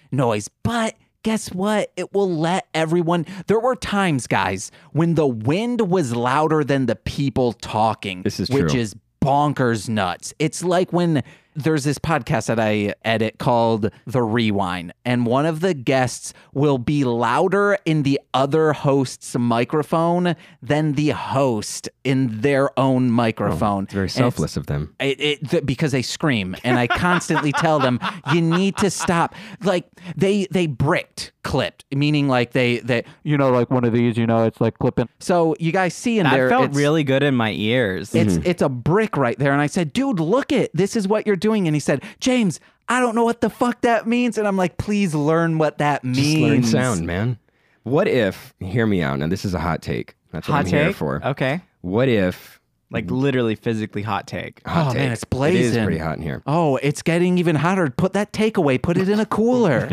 S1: noise. But guess what? It will let everyone. There were times, guys, when the wind was louder than the people talking.
S3: This is
S1: which
S3: true.
S1: is bonkers nuts. It's like when there's this podcast that I edit called The Rewind, and one of the guests will be louder in the other host's microphone than the host in their own microphone.
S3: Oh, It's very
S1: And it's-
S3: selfless of them.
S1: it, it th- because they scream and I constantly tell them you need to stop. Like they they bricked clipped, meaning like they they you know like one of these you know it's like clipping. So you guys see in
S2: That
S1: there
S2: felt
S1: it's,
S2: really good in my ears.
S1: it's
S3: Mm-hmm.
S1: it's a brick right there, and I said, dude, look it, this is what you're doing, and he said, James, I don't know what the fuck that means, and I'm like, please learn what that means.
S3: Just learn sound, man. What if? Hear me out. Now this is a hot take. That's what
S2: hot
S3: I'm
S2: take.
S3: here for.
S2: Okay.
S3: What if?
S2: Like literally physically hot take.
S3: Hot
S1: Oh,
S3: take.
S1: man, it's
S3: It is
S1: blazing.
S3: pretty hot in here.
S1: Oh, it's getting even hotter. Put that takeaway, put it in a
S3: [laughs]
S1: cooler.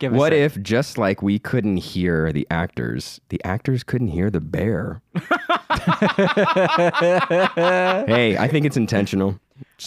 S2: Give us
S3: What
S2: it.
S3: if, just like we couldn't hear the actors, the actors couldn't hear the bear? hey, I think it's intentional. Sorry.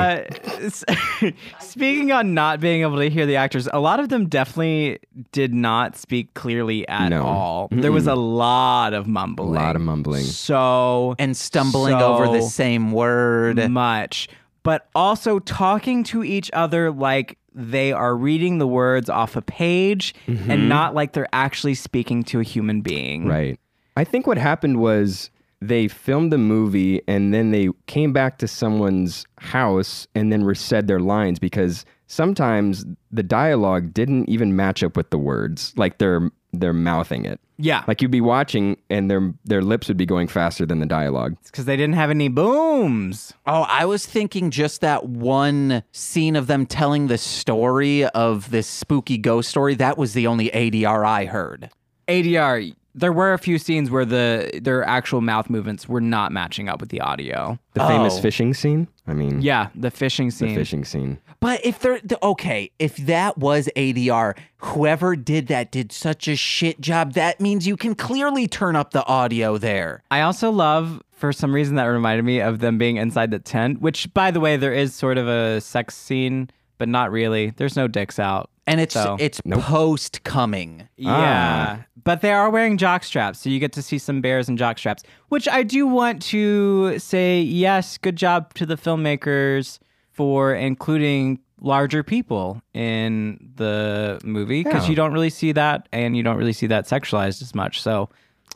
S2: [laughs] Uh, s- [laughs] speaking on not being able to hear the actors, a lot of them definitely did not speak clearly at
S3: No.
S2: all. There was a lot of
S3: a
S2: mumbling.
S3: lot of mumbling.
S2: So
S1: and stumbling over the
S2: So
S1: same word.
S2: much, but also talking to each other like they are reading the words off a page and not like they're actually speaking to a human being.
S3: Mm-hmm. Right. I think what happened was they filmed the movie and then they came back to someone's house and then resaid their lines because sometimes the dialogue didn't even match up with the words. Like they're they're mouthing it.
S2: Yeah.
S3: Like you'd be watching and their their lips would be going faster than the dialogue.
S2: because they didn't have any booms.
S1: Oh, I was thinking just that one scene of them telling the story of this spooky ghost story. That was the only ADR I heard.
S2: ADR. There were a few scenes where the their actual mouth movements were not matching up with the audio.
S3: The famous
S1: Oh.
S3: fishing scene. I mean,
S2: Yeah, the fishing
S3: the
S2: scene.
S3: fishing scene.
S1: But if they're th- okay, if that was ADR, whoever did that did such a shit job. That means you can clearly turn up the audio there.
S2: I also love, for some reason, that reminded me of them being inside the tent. Which, by the way, there is sort of a sex scene, but not really. There's no dicks out.
S1: And it's
S2: So-
S1: it's post coming.
S3: Ah.
S2: Yeah. But they are wearing jock straps, so you get to see some bears in jock straps, which I do want to say yes, good job to the filmmakers for including larger people in the movie because
S3: Yeah.
S2: you don't really see that and you don't really see that sexualized as much. So,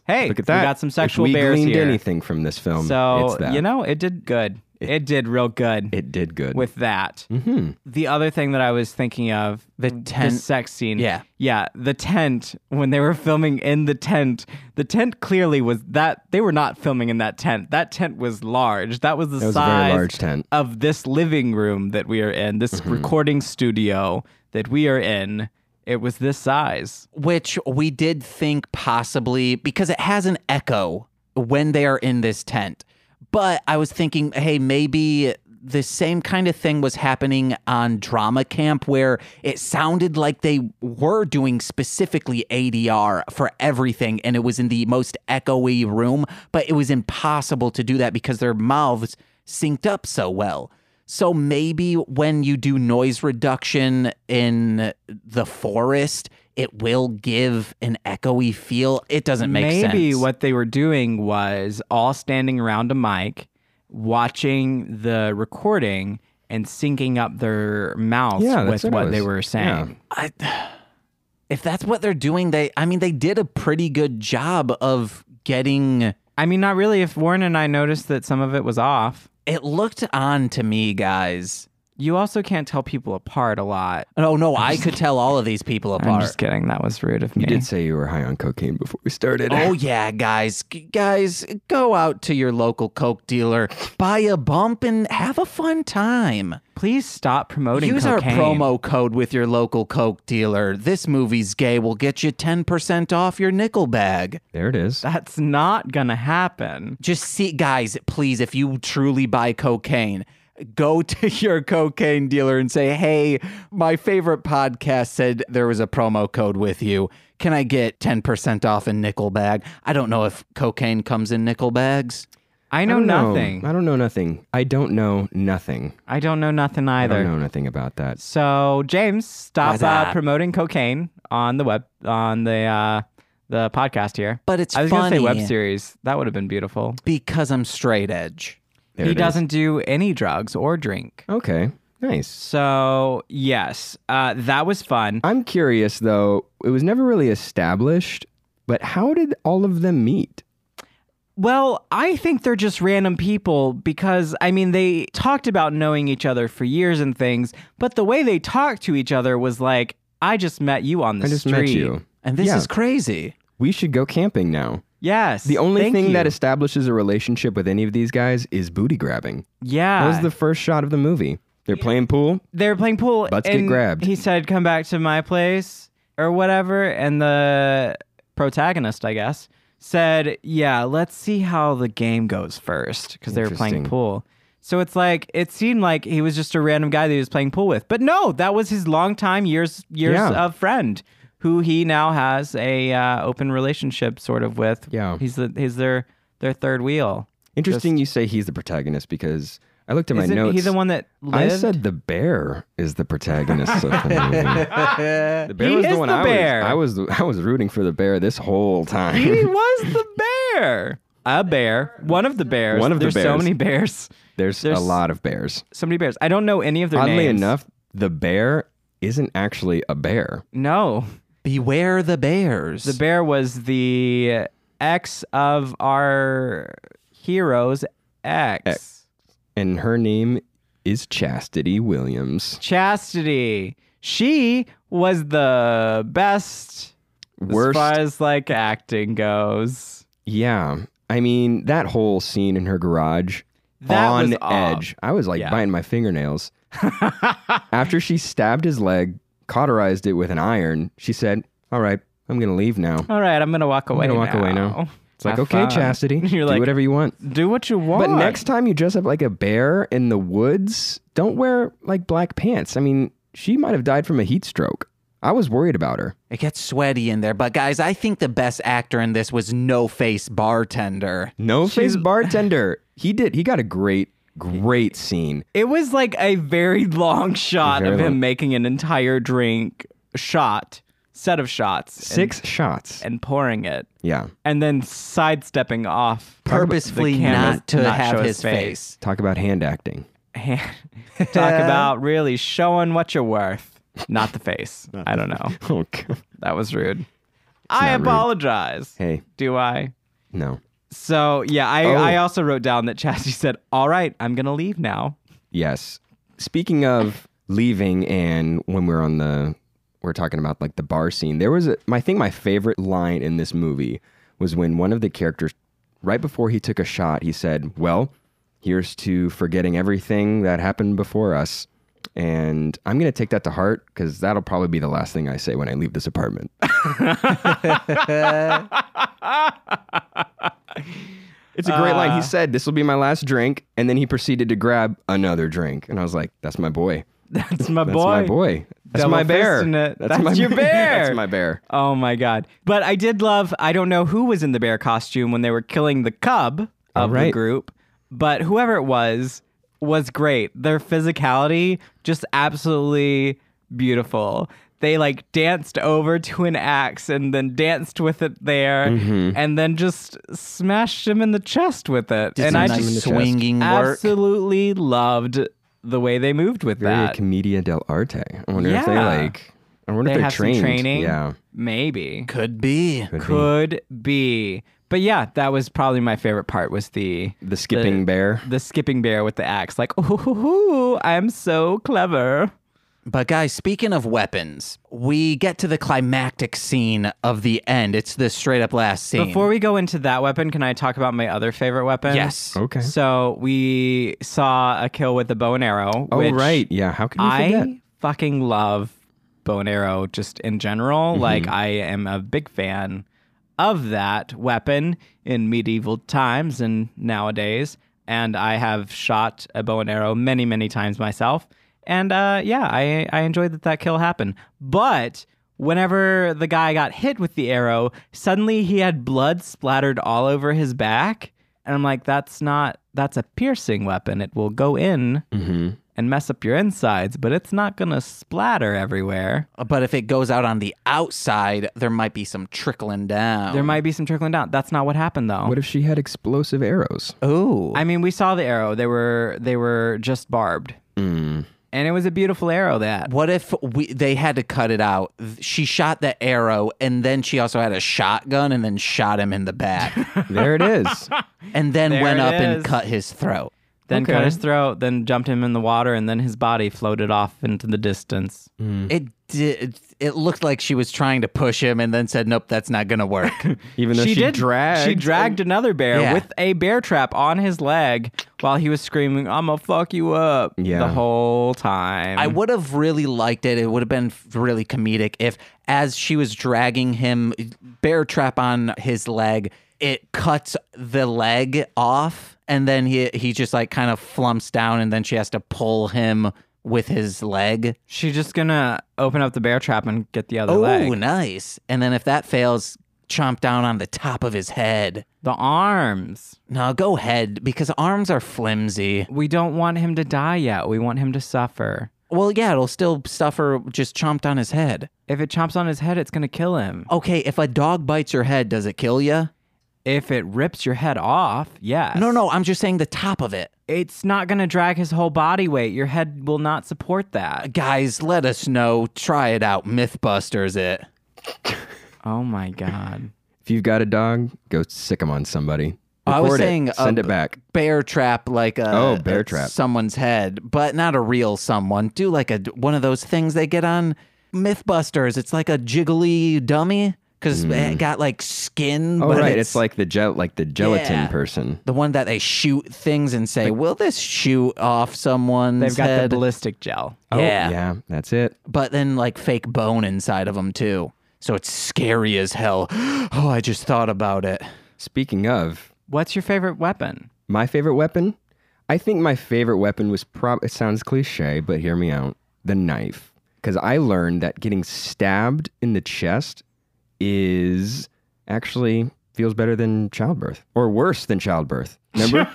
S2: hey,
S3: Look at that.
S2: we got some sexual
S3: if we
S2: bears
S3: gleaned
S2: here.
S3: anything from this film, it's
S2: so
S3: that.
S2: you know, it did good. It, did real good
S3: it did good.
S2: with that. Mm-hmm. The other thing that I was thinking of the
S3: Mm,
S1: tent-
S2: sex scene.
S1: Yeah.
S2: yeah, the tent when they were filming in the tent. The tent clearly was that they were not filming in that tent. That tent was large. That was the
S3: was a very
S2: size
S3: large tent. Mm-hmm.
S2: of this living room that we are in, this recording studio that we are in. It was this size.
S1: which we did think possibly because it has an echo when they are in this tent. But I was thinking, hey, maybe the same kind of thing was happening on drama camp where it sounded like they were doing specifically ADR for everything and it was in the most echoey room, but it was impossible to do that because their mouths synced up so well. So maybe when you do noise reduction in the forest, it will give an echoey feel. It doesn't make sense.
S2: Maybe what they were doing was all standing around a mic, watching the recording and syncing up their mouths
S3: Yeah, that's
S2: with
S3: what
S2: what,
S3: it was.
S2: they were saying.
S1: I, if that's what they're doing, they I mean they did a pretty good job of getting
S2: I mean, not really. If Warren and I noticed that some of it was off,
S1: it looked on to me, guys.
S2: you also can't tell people apart a lot.
S1: Oh no, I could tell all of these people
S2: I'm
S1: apart.
S2: just kidding. That was rude of me.
S3: You did say you were high on cocaine before we started.
S1: Oh yeah, guys, G- guys, go out to your local coke dealer, buy a bump, and have a fun time.
S2: Please stop promoting
S1: Use
S2: cocaine.
S1: our promo code with your local Coke dealer. This movie's gay will get you 10% off your nickel bag.
S3: There it is.
S2: That's not going to happen.
S1: Just see, guys, please, if you truly buy cocaine, go [laughs] to your cocaine dealer and say, hey, my favorite podcast said there was a promo code with you. Can I get 10% off in nickel bag? I don't know if cocaine comes in nickel bags.
S2: I know
S3: I don't know.
S2: nothing.
S3: I don't know nothing. I don't know nothing.
S2: I don't know nothing
S3: I
S2: either.
S3: don't know nothing about that.
S2: So James, stop
S1: Huzzah.
S2: uh, promoting cocaine on the web on the uh, the podcast here.
S1: But it's
S2: I was
S1: funny
S2: gonna say web series. That would have been beautiful.
S1: because I'm straight edge.
S3: There it
S2: he
S3: is.
S2: doesn't do any drugs or drink.
S3: Okay. Nice.
S2: So yes, uh, that was fun.
S3: I'm curious though. It was never really established, but how did all of them meet?
S2: Well, I think they're just random people because I mean they talked about knowing each other for years and things, but the way they talked to each other was like, "I just met you on the
S3: I just
S2: street."
S3: met you.
S1: And this
S3: Yeah.
S1: is crazy.
S3: We should go camping now.
S2: Yes.
S3: The only
S2: thank
S3: thing
S2: you.
S3: that establishes a relationship with any of these guys is booty grabbing.
S2: yeah
S3: That was the first shot of the movie. They're playing pool.
S2: they were playing pool.
S3: Butts get
S2: and
S3: grabbed.
S2: He said, "Come back to my place" or whatever, and the protagonist, I guess, said, "Yeah, let's see how the game goes first because they were playing
S3: Interesting.
S2: pool. So it's like it seemed like he was just a random guy that he was playing pool with, but no, that was his longtime years years
S3: Yeah.
S2: of friend, who he now has a uh, open relationship sort of with.
S3: Yeah.
S2: he's the, he's their their third wheel.
S3: Interesting you say he's the protagonist because I looked at my
S2: Isn't
S3: notes.
S2: he the one that
S3: I
S2: lived?
S3: said the bear is the protagonist of the movie.
S2: [laughs]
S3: The bear
S2: He
S3: was
S2: is
S3: the one
S2: the
S3: I
S2: bear.
S3: was. I was I was rooting for the bear this
S2: He
S3: whole time.
S2: was the bear. A bear. One of the bears.
S3: One of the
S2: There's so
S3: bears.
S2: many bears.
S3: [laughs] There's,
S2: There's-
S3: a lot of bears.
S2: So many bears. I don't know any of their
S3: Oddly
S2: names.
S3: enough, the bear isn't actually a bear.
S2: No.
S1: Beware the bears.
S2: The bear was the ex of our heroes ex.
S3: And her name is Chastity Williams.
S2: Chastity. She was the best
S3: Worst
S2: as far as like acting goes.
S3: Yeah. I mean, that whole scene in her garage
S2: That
S3: on
S2: was off.
S3: edge. I was like
S2: Yeah.
S3: biting
S2: [laughs]
S3: my fingernails. After she stabbed his leg, cauterized it with an iron, she said, All right, I'm going to leave now.
S2: All right, I'm gonna walk away.
S3: I'm going to walk away now. It's like,
S2: Have
S3: okay,
S2: fun."
S3: Chastity,
S2: [laughs] You're
S3: do
S2: like,
S3: whatever you want.
S2: Do what you want.
S3: But next time you dress up like a bear in the woods, don't wear like black pants. I mean, she might have died from a heat stroke. I was worried about her.
S1: It gets sweaty in there, but guys, I think the best actor in this was No Face Bartender.
S3: No face bartender. He did. He got a great, great scene.
S2: It was like a very [laughs] long shot
S3: Very
S2: of him
S3: long.
S2: making an entire drink shot, set of shots, and-
S3: Six shots.
S2: and, pouring it,
S3: yeah.
S2: and then sidestepping off,
S1: Purposefully
S2: the camera
S1: not to
S2: not
S1: have
S2: show
S1: his face.
S3: Talk about hand acting.
S2: hand, [laughs] talk about really showing what you're worth, not the face. I don't know.
S3: [laughs] [laughs] Oh, God.
S2: That was rude. I
S3: not rude.
S2: apologize.
S3: Hey,
S2: Do I?
S3: no.
S2: So yeah, I,
S3: Oh.
S2: I also wrote down that Chastity said, "All right, I'm gonna leave now." [laughs]
S3: Yes. Speaking of leaving, and when we're on the, we're talking about like the bar scene. There was, a, I think, my favorite line in this movie was when one of the characters, right before he took a shot, he said, "Well, here's to forgetting everything that happened before us." And I'm gonna take that to heart because that'll probably be the last thing I say when I leave this apartment. It's a great line.
S2: Ah.
S3: He said, "This will be my last drink," and then he proceeded to grab another drink, and I was like, "That's my boy.
S2: That's my
S3: That's
S2: boy.
S3: my boy. That's
S2: Double
S3: my bear.
S2: fist in it. That's
S3: my
S2: your bear."
S3: [laughs] That's my bear."
S2: Oh my god! But I did love. I don't know who was in the bear costume when they were killing the cub of the
S3: right.
S2: group, but whoever it was was great. Their physicality just absolutely beautiful. They like danced over to an axe and then danced with it there, and then just smashed him in the chest with it.
S1: Did
S2: and
S1: some
S2: I
S1: nice
S2: just
S1: swinging work.
S2: absolutely loved the way they moved with
S3: Very
S2: that.
S3: Commedia dell'arte. I wonder if they
S2: Yeah.
S3: like. I wonder
S2: They
S3: if they're
S2: have
S3: trained.
S2: some training,
S3: Yeah.
S2: maybe.
S1: Could be.
S2: could be. But yeah, that was probably my favorite part was the
S3: The skipping bear.
S2: the skipping bear with the axe. Like, ooh, I'm so clever.
S1: But guys, speaking of weapons, we get to the climactic scene of the end. It's the straight up last scene.
S2: Before we go into that weapon, can I talk about my other favorite weapon?
S1: Yes.
S3: Okay.
S2: So we saw a kill with the bow and arrow.
S3: Oh
S2: which
S3: right. Yeah. How can we forget?
S2: I fucking love bow and arrow just in general.
S3: Mm-hmm.
S2: Like I am a big fan of that weapon in medieval times and nowadays. And I have shot a bow and arrow many, many times myself. And uh, yeah, I, I enjoyed that that kill happened. But whenever the guy got hit with the arrow, suddenly he had blood splattered all over his back. And I'm like, that's not, that's a piercing weapon. It will go in
S3: Mm-hmm.
S2: and mess up your insides, but it's not gonna splatter everywhere.
S1: But if it goes out on the outside, there might be some trickling down.
S2: There might be some trickling down. That's not what happened though.
S3: Oh. What if she had explosive arrows?
S1: Oh.
S2: I mean, we saw the arrow. They were they were just barbed,
S3: Hmm.
S2: and it was a beautiful arrow. That
S1: What if we they had to cut it out? Th- She shot the arrow and then she also had a shotgun and then shot him in the
S2: [laughs]
S1: back
S3: There it is.
S1: and then
S2: There
S1: went
S2: it
S1: up
S2: is.
S1: and cut his throat.
S2: then cut
S3: Okay.
S2: his throat, then jumped him in the water, and then his body floated off into the distance.
S1: It did it looked like she was trying to push him and then said nope, that's not going to
S2: [laughs]
S1: work.
S3: Even though she, dragged.
S2: She dragged another bear
S1: Yeah.
S2: with a bear trap on his leg while he was screaming, "I'ma fuck you up!"
S3: Yeah.
S2: the whole time.
S1: I would have really liked it. It would have been f- really comedic if, as she was dragging him, bear trap on his leg, it cuts the leg off, and then he he just like kind of flumps down, and then she has to pull him with his leg.
S2: She's just gonna open up the bear trap and get the other leg.
S1: Oh, nice! And then if that fails, chomp down on the top of his head.
S2: The arms.
S1: No, go head because arms are flimsy.
S2: We don't want him to die yet. We want him to suffer.
S1: Well, yeah, it'll still suffer just chomped on his head.
S2: If it chomps on his head, it's going to kill him.
S1: Okay, if a dog bites your head, does it kill you?
S2: If it rips your head off, yes.
S1: No, no, I'm just saying the top of it.
S2: It's not going to drag his whole body weight. Your head will not support that.
S1: Guys, let us know. Try it out. Mythbusters it.
S2: Oh my God.
S3: If you've got a dog, go sick him on somebody.
S1: I was
S3: Record it.
S1: saying, uh,
S3: send it back.
S1: Bear trap like a
S3: Oh, bear trap.
S1: someone's head, but not a real someone. Do like a one of those things they get on Mythbusters. It's like a jiggly dummy because it got like skin.
S3: Hmm. Oh
S1: but
S3: right,
S1: it's,
S3: it's like the gel, like the gelatin
S1: Yeah.
S3: person.
S1: the one that they shoot things and say, "Will this shoot off someone's
S2: They've got
S1: head?"
S2: the ballistic gel.
S3: Oh,
S1: yeah.
S3: yeah, that's it.
S1: but then like fake bone inside of them too. So it's scary as hell. [gasps] Oh, I just thought about it.
S3: Speaking of,
S2: What's your favorite weapon?
S3: My favorite weapon? I think my favorite weapon was prob it sounds cliche, but hear me out. The knife. Cuz I learned that getting stabbed in the chest is actually feels better than childbirth or worse than childbirth. Remember?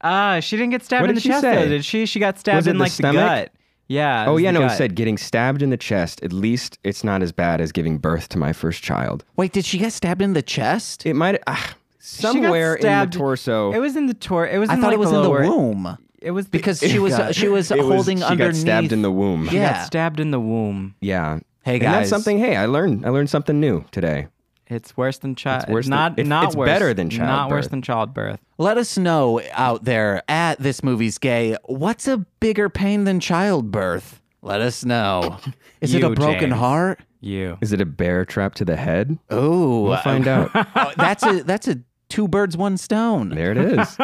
S2: Uh, she didn't get stabbed
S3: What
S2: in the
S3: did she
S2: chest,
S3: say?
S2: though, did she? She got stabbed
S3: Was it
S2: in
S3: the
S2: like the,
S3: stomach?
S2: gut. Yeah. it
S3: oh
S2: was
S3: yeah,
S2: the
S3: no,
S2: gut.
S3: it said getting stabbed in the chest, at least it's not as bad as giving birth to my first child.
S1: Wait, did she get stabbed in the chest?
S3: It might ah, somewhere in
S2: stabbed-
S3: the torso.
S2: It was in the tor. It was.
S1: I
S2: in,
S1: thought
S2: like,
S1: it was in the
S2: lower-
S1: womb
S2: It was the-
S1: because she was uh,
S2: got-
S1: she was
S3: It was-
S1: holding
S3: she
S1: underneath.
S3: got stabbed in the womb.
S2: she
S1: yeah.
S2: got stabbed in the womb.
S3: Yeah.
S1: Hey
S3: And
S1: guys,
S3: that's something. Hey, I learned. I learned something new today.
S2: It's worse than child.
S3: It's worse than-
S2: Not
S3: it-
S2: not
S3: it's
S2: worse.
S3: better than
S2: Not worse
S3: childbirth.
S2: than childbirth.
S1: Let us know out there at this movie's gay. What's a bigger pain than childbirth? Let us know. Is it a
S2: You,
S1: broken
S2: James.
S1: heart?
S2: You.
S3: Is it a bear trap to the head?
S1: Ooh,
S3: We'll find
S2: [laughs]
S3: out.
S1: Oh, that's a that's a two birds one stone.
S3: There
S2: [laughs]
S3: it is.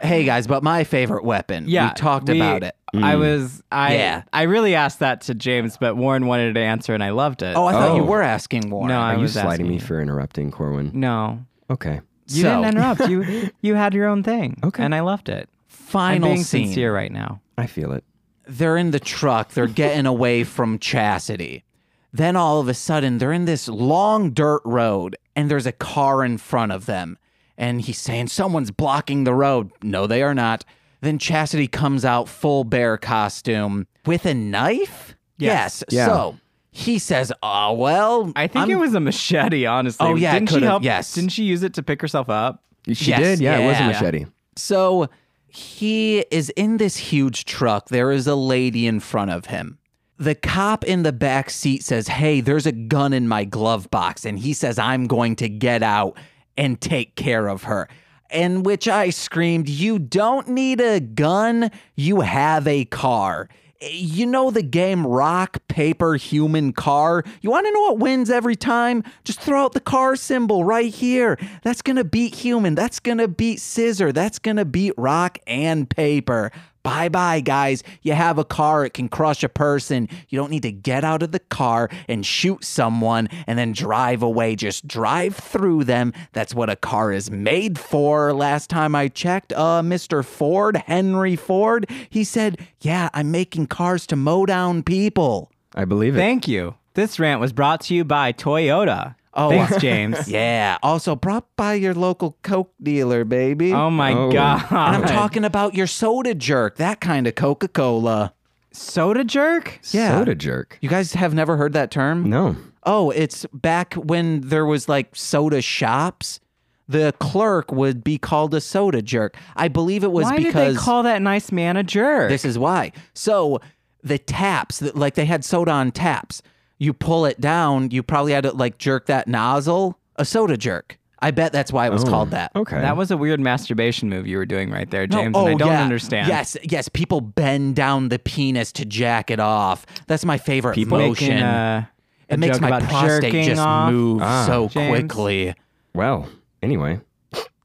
S1: Hey guys, but my favorite weapon.
S2: Yeah,
S1: we talked
S2: we-
S1: about it. Mm.
S2: I was. I.
S1: Yeah.
S2: I really asked that to James, but Warren wanted to answer, and I loved it.
S1: Oh, I thought you
S3: Oh.
S1: were asking Warren.
S2: No, I
S3: Are you
S2: was
S3: sliding
S2: asking
S3: me
S2: you. Mm.
S3: for interrupting, Corwin?
S2: no.
S3: Okay.
S2: You
S1: So-
S2: didn't
S1: [laughs]
S2: interrupt. You you had your own thing.
S3: Okay.
S2: And I loved it.
S1: Final
S2: I'm being
S1: scene.
S2: sincere right now.
S3: I feel it.
S1: They're in the truck. They're getting away from Chastity. Then all of a sudden, they're in this long dirt road, and there's a car in front of them. And he's saying, Someone's blocking the road. No, they are not. Then Chastity comes out full bear costume with a knife?
S2: Yes.
S3: Yeah.
S1: So he says, Oh, well.
S2: I think
S1: I'm-
S2: it was a machete, honestly.
S1: Oh, yeah, it
S2: Didn't she
S1: could've-
S2: help?
S1: yes.
S2: Didn't she use it to pick herself up?
S3: She
S1: Yes,
S3: did. Yeah, it was a
S1: yeah.
S3: machete.
S1: So he is in this huge truck. There is a lady in front of him. The cop in the back seat says, Hey, there's a gun in my glove box. And he says, I'm going to get out and take care of her. In which I screamed, You don't need a gun. You have a car. You know the game rock, paper, human, car? You want to know what wins every time? Just throw out the car symbol right here. That's going to beat human. That's going to beat scissor. That's going to beat rock and paper. Bye bye, guys. You have a car, it can crush a person. You don't need to get out of the car and shoot someone and then drive away. Just drive through them. That's what a car is made for. Last time I checked, uh, Mr. Ford, Henry Ford, he said, Yeah, I'm making cars to mow down people.
S3: I believe it.
S2: Thank you. This rant was brought to you by Toyota. Oh, Thanks,
S1: [laughs]
S2: James.
S1: Yeah. Also, brought by your local Coke dealer, baby.
S2: Oh my
S3: Oh.
S2: god.
S1: and I'm talking about your soda jerk, that kind of Coca Cola.
S2: soda jerk?
S1: Yeah.
S3: Soda jerk.
S1: You guys have never heard that term?
S3: No.
S1: Oh, it's back when there was like soda shops. The clerk would be called a soda jerk. I believe it was
S2: Why
S1: because
S2: did they call that nice man a jerk?
S1: this is why. So the taps, that like they had soda on taps. You pull it down, you probably had to like jerk that nozzle. A soda jerk. I bet that's why it was
S2: Oh.
S1: called that.
S3: Okay.
S2: that was a weird masturbation move you were doing right there,
S1: No, Oh,
S2: James, and I don't understand.
S1: Yes, yes. People bend down the penis to jack it off. That's my favorite
S3: People-
S1: motion.
S2: Making a, a
S1: it makes
S2: joke
S1: my
S2: about
S1: prostate
S2: jerking
S1: just
S2: off.
S1: move
S3: Ah,
S1: so
S2: James.
S1: quickly.
S3: Well. Anyway.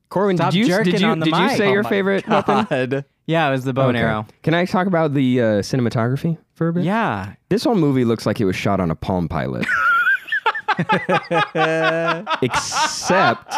S3: Corwin,
S2: Stop
S3: did you
S2: jerking
S3: did you
S2: on the
S3: did you
S2: mic.
S3: say
S2: Oh
S3: your
S2: my
S3: favorite weapon?
S2: Yeah, it was the bow and
S3: Okay.
S2: arrow.
S3: Can I talk about the uh, cinematography for a bit?
S2: Yeah.
S3: This whole movie looks like it was shot on a
S2: [laughs]
S3: Palm Pilot. Except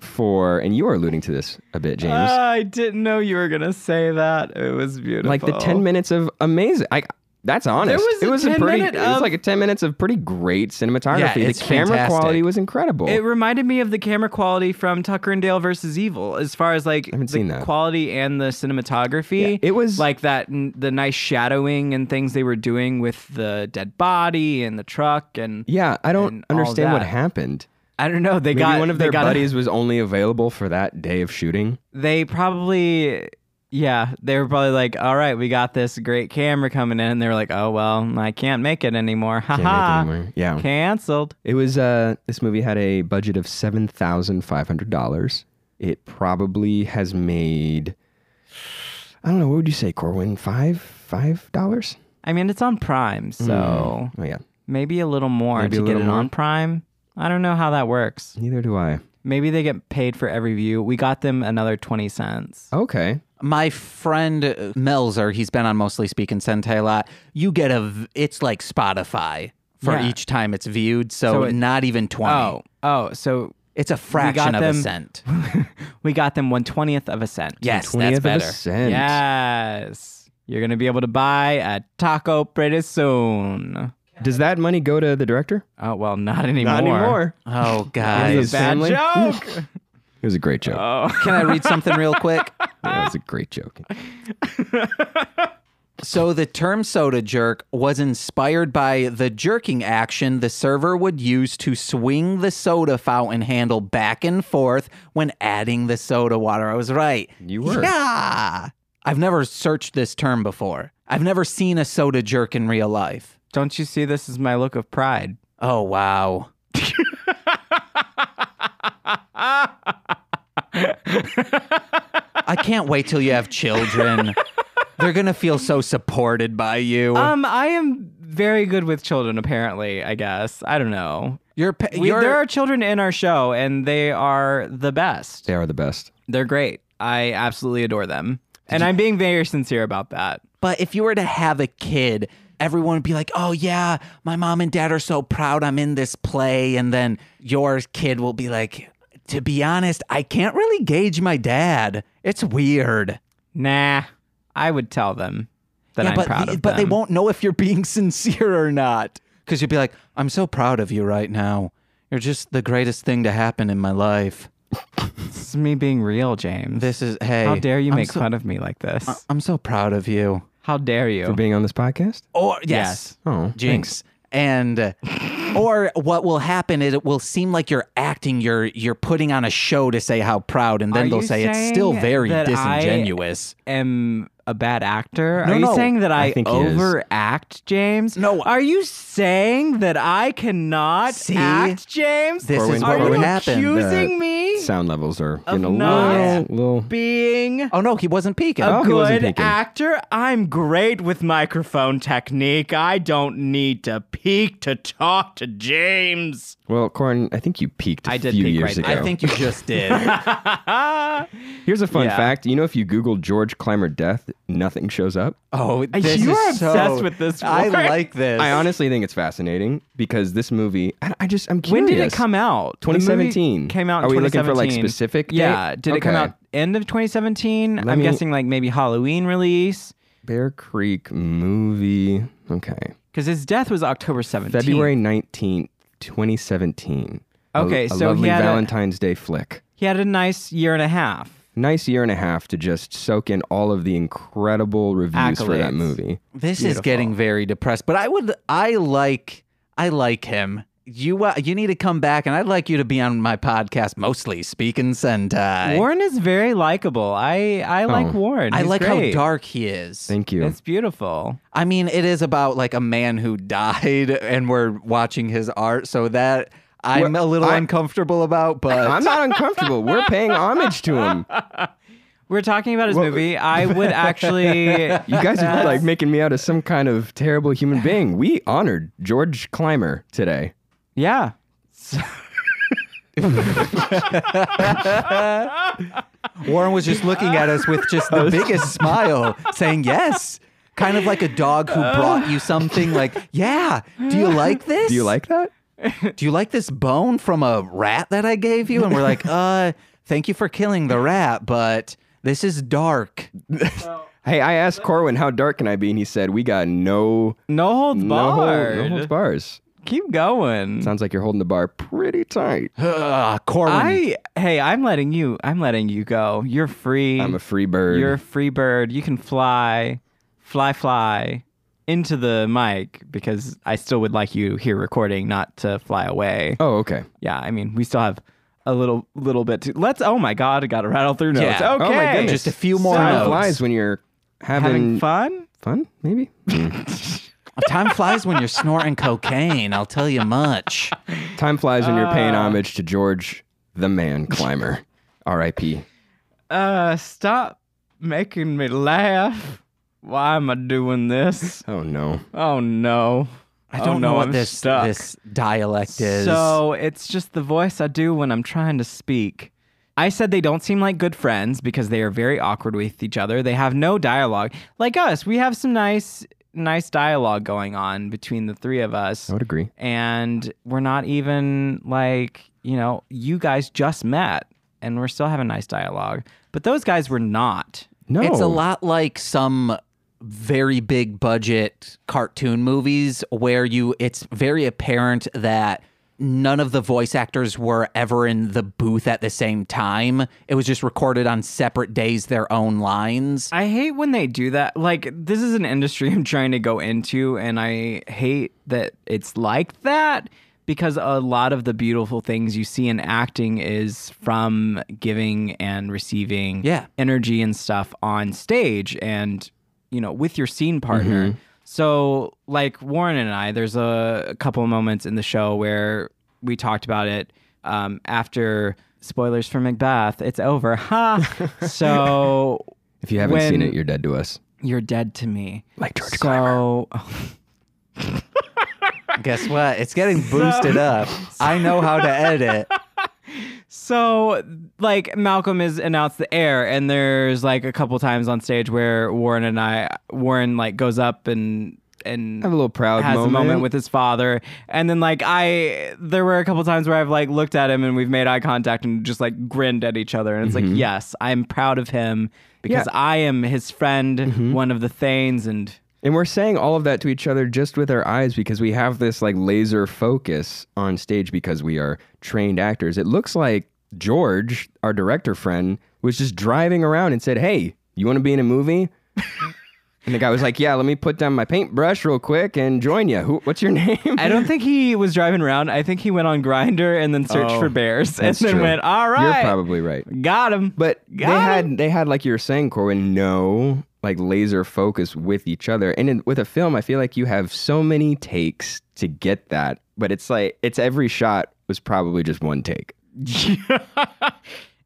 S3: for, and you were alluding to this a bit, James.
S2: Ah, I didn't know you were gonna say that. It was beautiful.
S3: like the 10 minutes of amazing. I, that's honest.
S2: was
S3: it
S2: a
S3: was a
S2: 10
S3: pretty.
S2: minute
S3: it was
S2: of-
S3: like a 10 minutes of pretty great cinematography.
S1: Yeah, it's
S3: the camera
S1: fantastic.
S3: quality was incredible.
S2: It reminded me of the camera quality from Tucker and Dale versus Evil, as far as like the
S3: haven't seen that.
S2: quality and the cinematography.
S3: Yeah, it was-
S2: like that, n- the nice shadowing and things they were doing with the dead body and the truck, and
S3: yeah, I
S2: and
S3: don't
S2: all
S3: understand what
S2: that.
S3: happened.
S2: I don't know. They
S3: Maybe
S2: got
S3: one of
S2: they
S3: their
S2: got a-
S3: buddies was only available for that day of shooting.
S2: they probably, yeah, they were probably like, all right, we got this great camera coming in. And they were like, oh well, I can't make it anymore. Ha
S3: Can't make
S2: ha.
S3: anymore. Yeah.
S2: Cancelled.
S3: It was uh this movie had a budget of seven thousand five hundred dollars. It probably has made I don't know, what would you say, Corwin? Five five dollars?
S2: I mean, it's on Prime, so.
S3: Oh yeah.
S2: Maybe a little more
S3: Maybe
S2: to
S3: a
S2: get
S3: little
S2: it
S3: more?
S2: on Prime. I don't know how that works.
S3: Neither do I.
S2: Maybe they get paid for every view. We got them another 20 cents.
S3: Okay.
S1: My friend uh, Melzer, he's been on Mostly Speak and Sentai a lot. You get a, v- it's like Spotify for
S2: Yeah.
S1: each time it's viewed, so,
S2: So it-
S1: not even twenty.
S2: Oh, oh, so [laughs]
S1: It's a fraction of a
S2: them-
S1: cent.
S2: we got them 120th of a cent.
S1: Yes,
S3: Twentieth
S1: that's
S3: of a
S1: better.
S3: cent.
S2: Yes. You're going to be able to buy a taco pretty soon.
S3: Does that money go to the director?
S2: Oh, well, not anymore.
S3: Not anymore.
S2: [laughs]
S1: Oh,
S3: His
S1: guys.
S2: Bad [laughs]
S3: family?
S2: joke.
S3: It was a great joke.
S2: oh.
S1: Can I read something real quick?
S3: Yeah, it was a great joke.
S1: So the term soda jerk was inspired by the jerking action the server would use to swing the soda fountain handle back and forth when adding the soda water. I was right.
S3: You were.
S1: Yeah. I've never searched this term before. I've never seen a soda jerk in real life.
S2: Don't you see this as my look of pride?
S1: Oh
S3: [laughs]
S1: wow. I can't wait till you have children. They're going to feel so supported by you.
S2: Um, I am very good with children, apparently, I guess. I don't know.
S1: your pa-
S2: We,
S1: your-
S2: there are children in our show, and they are the best.
S3: They are the best.
S2: They're great. I absolutely adore them. And I'm being very sincere about that.
S1: But if you were to have a kid, everyone would be like, oh, yeah, my mom and dad are so proud I'm in this play. And then your kid will be like, to be honest, I can't really gauge my dad. It's weird.
S2: Nah, I would tell them that
S1: yeah,
S2: I'm
S1: but,
S2: proud
S1: the-
S2: of
S1: but they
S2: them.
S1: won't know if you're being [laughs] sincere or not. Because you'd be like, I'm so proud of you right now. You're just the greatest thing to happen in my life.
S2: This is me being real, James.
S1: This is, hey.
S2: How dare you
S1: I'm
S2: make
S1: so- Uh,
S2: fun of me like this?
S1: I'm so proud of you.
S2: How dare
S3: For
S2: you?
S3: being on this podcast?
S1: Or
S2: Yes.
S1: yes,
S3: Oh,
S1: jinx. And uh, or what will happen is it will seem like you're acting. You're you're putting on a show to say how proud, and then
S2: Are
S1: they'll
S2: you
S1: say it's still
S2: saying
S1: very
S2: that I-
S1: disingenuous.
S2: am a bad actor?
S1: No,
S2: Are you
S1: no.
S2: saying that
S3: I
S2: I,
S3: think he is.
S2: overact, James?
S1: No.
S2: Are you saying that I cannot
S1: See?
S2: act, James?
S1: This
S3: Or
S1: is
S3: when-
S1: what
S2: Are
S1: would
S2: you
S1: happen.
S2: accusing
S3: Uh,
S2: me
S3: Sound levels are
S2: Of
S3: in a
S2: not-
S3: little, little.
S2: being a
S1: Oh no, he wasn't peeking.
S3: Oh, he wasn't
S2: good
S3: peeking.
S2: actor? I'm great with microphone technique. I don't need to peek to talk to James.
S3: Well, Corin, I think you peaked a
S2: I did
S3: few
S2: peak
S3: years
S2: right
S3: ago.
S2: there.
S1: I think you just did.
S3: Here's a fun
S2: Yeah.
S3: fact. You know, if you Google George Clymer death, nothing shows up.
S1: Oh, this
S2: You
S1: is
S2: are
S1: so-
S2: obsessed with this
S1: I
S2: word.
S1: like this.
S3: I honestly think it's fascinating because this movie. I, I just I'm
S2: When
S3: curious.
S2: did it come out? The movie
S3: 2017.
S2: Came out. In
S3: Are we looking for, like,
S2: 2017.
S3: specific date?
S2: Yeah. Did it come
S3: Okay.
S2: out end of 2017? I'm
S3: me-
S2: guessing like maybe Halloween release
S3: Bear Creek movie. Okay,
S2: because his death was October 17th.
S3: February nineteenth, 2017. A-
S2: Okay,
S3: a
S2: so he
S3: lovely
S2: had a-
S3: Valentine's Day flick.
S2: He had a nice year and a half.
S3: Nice year and a half to just soak in all of the incredible reviews for that
S2: Accolades.
S3: movie.
S1: This is getting very depressed, but I would I like I like him. You uh, you need to come back, and I'd like you to be on my podcast, mostly speaking Sentai.
S2: Warren is very likable. I I like
S3: Oh.
S2: Warren.
S1: I
S2: He's
S1: like
S2: great.
S1: how dark he is.
S3: Thank you.
S2: It's beautiful.
S1: I mean, it is about like a man who died, [laughs] and we're watching his art, so that I'm
S3: Well,
S1: a little
S3: I-
S1: uncomfortable about. But
S3: I'm not uncomfortable. We're paying homage to him.
S2: We're talking about his
S3: [laughs]
S2: movie. I would actually.
S3: You guys are like making me out as some kind of terrible human being. We honored George Clymer today.
S2: yeah.
S1: Warren was just looking at us with [laughs] just the biggest smile, saying yes, kind of like a dog who brought you something. Like, yeah, do you like this?
S3: Do you like that?
S1: do you like this bone from a rat that I gave you? And we're like, uh, thank you for killing the rat, but this is dark.
S3: Hey, I asked Corwin how dark can I be, and he said we got no
S2: No holds
S3: no,
S2: barred.
S3: hold, no holds bars.
S2: Keep going.
S3: Sounds like you're holding the bar pretty tight.
S1: Ugh, [sighs] Corwin.
S2: I hey, I'm letting you. I'm letting you go. You're free.
S3: I'm a free bird.
S2: You're a free bird. You can fly, fly, fly into the mic because I still would like you here recording, not to fly away.
S3: oh, okay.
S2: Yeah, I mean, we still have a little, little bit. To, let's. Oh my God, I got to rattle through notes.
S1: Yeah. Oh
S2: Okay,
S3: Oh my goodness.
S1: Just a few more
S3: Time
S1: notes.
S3: flies when you're having,
S2: having fun.
S3: fun, maybe.
S1: Time flies when you're snorting cocaine, I'll tell you much.
S3: [laughs] Time flies when you're paying homage to George the Man Clymer, R.I.P.
S2: Uh, stop making me laugh. Why am I doing this?
S3: Oh no.
S2: Oh no.
S1: I
S2: Oh,
S1: don't
S2: no,
S1: know what
S2: I'm
S1: this
S2: stuck.
S1: this dialect is.
S2: So it's just the voice I do when I'm trying to speak. I said they don't seem like good friends because they are very awkward with each other. They have no dialogue. Like us, we have some nice, nice dialogue going on between the three of us.
S3: I would agree.
S2: And we're not even like, you know, you guys just met and we're still having nice dialogue. But those guys were not.
S3: No.
S1: It's a lot like some very big budget cartoon movies where you it's very apparent that none of the voice actors were ever in the booth at the same time. It was just recorded on separate days, their own
S2: [laughs]
S1: lines.
S2: I hate when they do that. Like, this is an industry [laughs] I'm trying to go into, and I hate that it's like that because a lot of the beautiful things you see in acting is from giving and receiving
S1: Yeah.
S2: energy and stuff on stage and, you know, with your scene partner. So, like Warren and I, there's a, a couple moments in the show where we talked about it um, after spoilers for Macbeth. It's over. Ha! so,
S3: If you haven't seen
S2: When-
S3: it, you're dead to us.
S2: you're dead to me.
S3: Like George
S2: so,
S1: Guess what? It's getting boosted up. I know how to edit.
S2: so like Malcolm is announced the air, and there's like a couple times on stage where Warren and I, Warren like goes up and and
S3: Have a little proud
S2: has
S3: moment.
S2: a moment with his father, and then like I, there were a couple times where I've like looked at him and we've made eye contact and just like grinned at each other, and it's like yes, I'm proud of him because
S3: Mm-hmm. Yeah. Mm-hmm.
S2: I am his friend, one of the Thanes, and
S3: And we're saying all of that to each other just with our eyes because we have this like laser focus on stage because we are trained actors. It looks like George, our director friend, was just driving around and said, Hey, you want to be in a movie? [laughs] and the guy was like, Yeah, let me put down my paintbrush real quick and join you. Who, what's your name?
S2: I don't think he was driving around. I think he went on Grinder and then searched
S3: Oh,
S2: for bears and
S3: that's
S2: then
S3: true.
S2: went, all
S3: You're
S2: right,
S3: probably right.
S2: got him.
S3: But [laughs]
S2: Got
S3: they
S2: him.
S3: had they had like you were saying, Corwin, no like laser focus with each other. And in, with a film, I feel like you have so many takes to get that. But it's like it's every shot was probably just one take.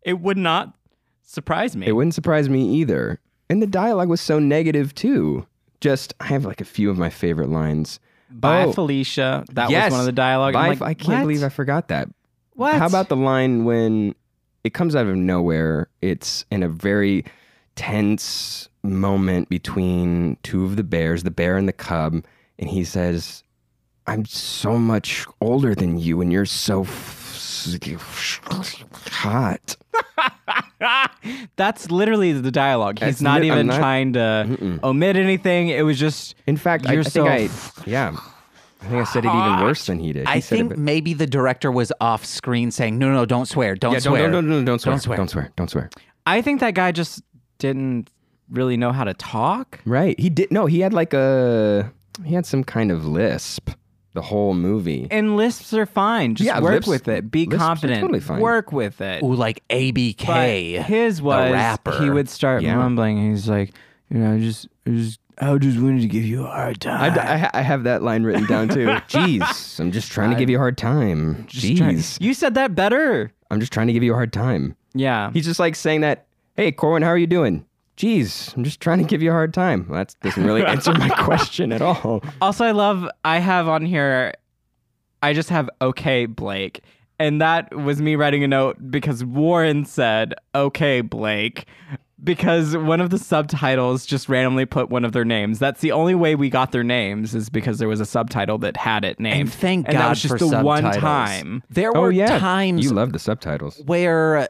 S2: it would not surprise me.
S3: It wouldn't surprise me either. And the dialogue was so negative too. Just I have like a few of my favorite lines.
S2: By
S3: Oh,
S2: Felicia, that
S3: yes.
S2: was one of the dialogue. I'm
S3: By-
S2: like,
S3: I
S2: what?
S3: can't believe I forgot that.
S2: What?
S3: How about the line when it comes out of nowhere? It's in a very tense moment between two of the bears, the bear and the cub, and he says, "I'm so much older than you, and you're so f- hot."
S2: That's literally the dialogue. He's
S3: That's
S2: not
S3: lit- I'm
S2: even
S3: not-
S2: trying to omit anything. It was just
S3: In fact, I,
S2: You're
S3: I
S2: so
S3: think I yeah, I think I said it even worse than he did. He
S1: I
S3: said it-
S1: think maybe the director was off screen saying, "No, no, don't swear, don't
S3: yeah, don't,
S1: swear."
S3: don't, don't, don't, don't swear,
S1: Don't swear.
S3: don't swear, don't swear.
S2: I think that guy just didn't really know how to talk.
S3: Right? He did. No, he had like a he had some kind of lisp the whole movie.
S2: And lisps are fine. Just
S3: Yeah,
S2: work
S3: lisps-
S2: with it. Be
S3: lisps are
S2: confident.
S3: totally fine.
S2: Work with it.
S1: Ooh, like ABK.
S2: But his was
S1: rapper.
S2: he would start
S3: Yeah.
S2: mumbling. and He's like, you know, I just, I just, I just wanted to give you a hard
S3: I,
S2: time.
S3: I, I have that line written down [laughs] too. Jeez, Ah. I'm just trying to give you a hard time. Jeez,
S2: you said that better.
S3: I'm just trying to give you a hard time.
S2: Yeah,
S3: He's just like saying that. Hey, Corwin, how are you doing? Jeez, I'm just trying to give you a hard time. Well, that doesn't [laughs] really answer my question at all.
S2: Also, I love I have on here. I just have okay, Blake, and that was me writing a note because Warren said okay, Blake, because one of the subtitles just randomly put one of their names. That's the only way we got their names is because there was a subtitle that had it named.
S1: and thank
S2: and
S1: God
S2: that was
S1: for
S2: just the one
S1: subtitles.
S2: time.
S1: There
S3: Oh
S1: were
S3: yeah,
S1: times
S3: you love the subtitles.
S1: where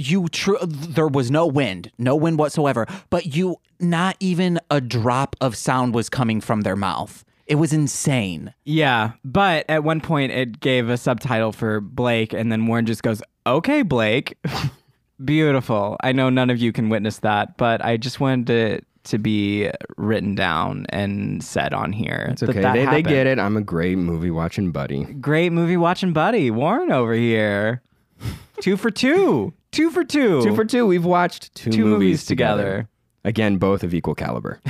S1: you tr- there was no wind, no wind whatsoever, but you not even a drop of sound was coming from their mouth. It was insane.
S2: Yeah, but at one point it gave a subtitle for Blake, and then Warren just goes, "Okay, Blake, [laughs] beautiful." I know none of you can witness that, but I just wanted it to be written down and said on here.
S3: It's okay. They, they get it. I'm a great movie watching buddy.
S2: Great movie watching buddy, Warren over
S3: [laughs]
S2: here. two for two. Two for two.
S3: Two for two. We've watched two,
S2: Two
S3: movies,
S2: movies
S3: together.
S2: together.
S3: Again, both of equal caliber.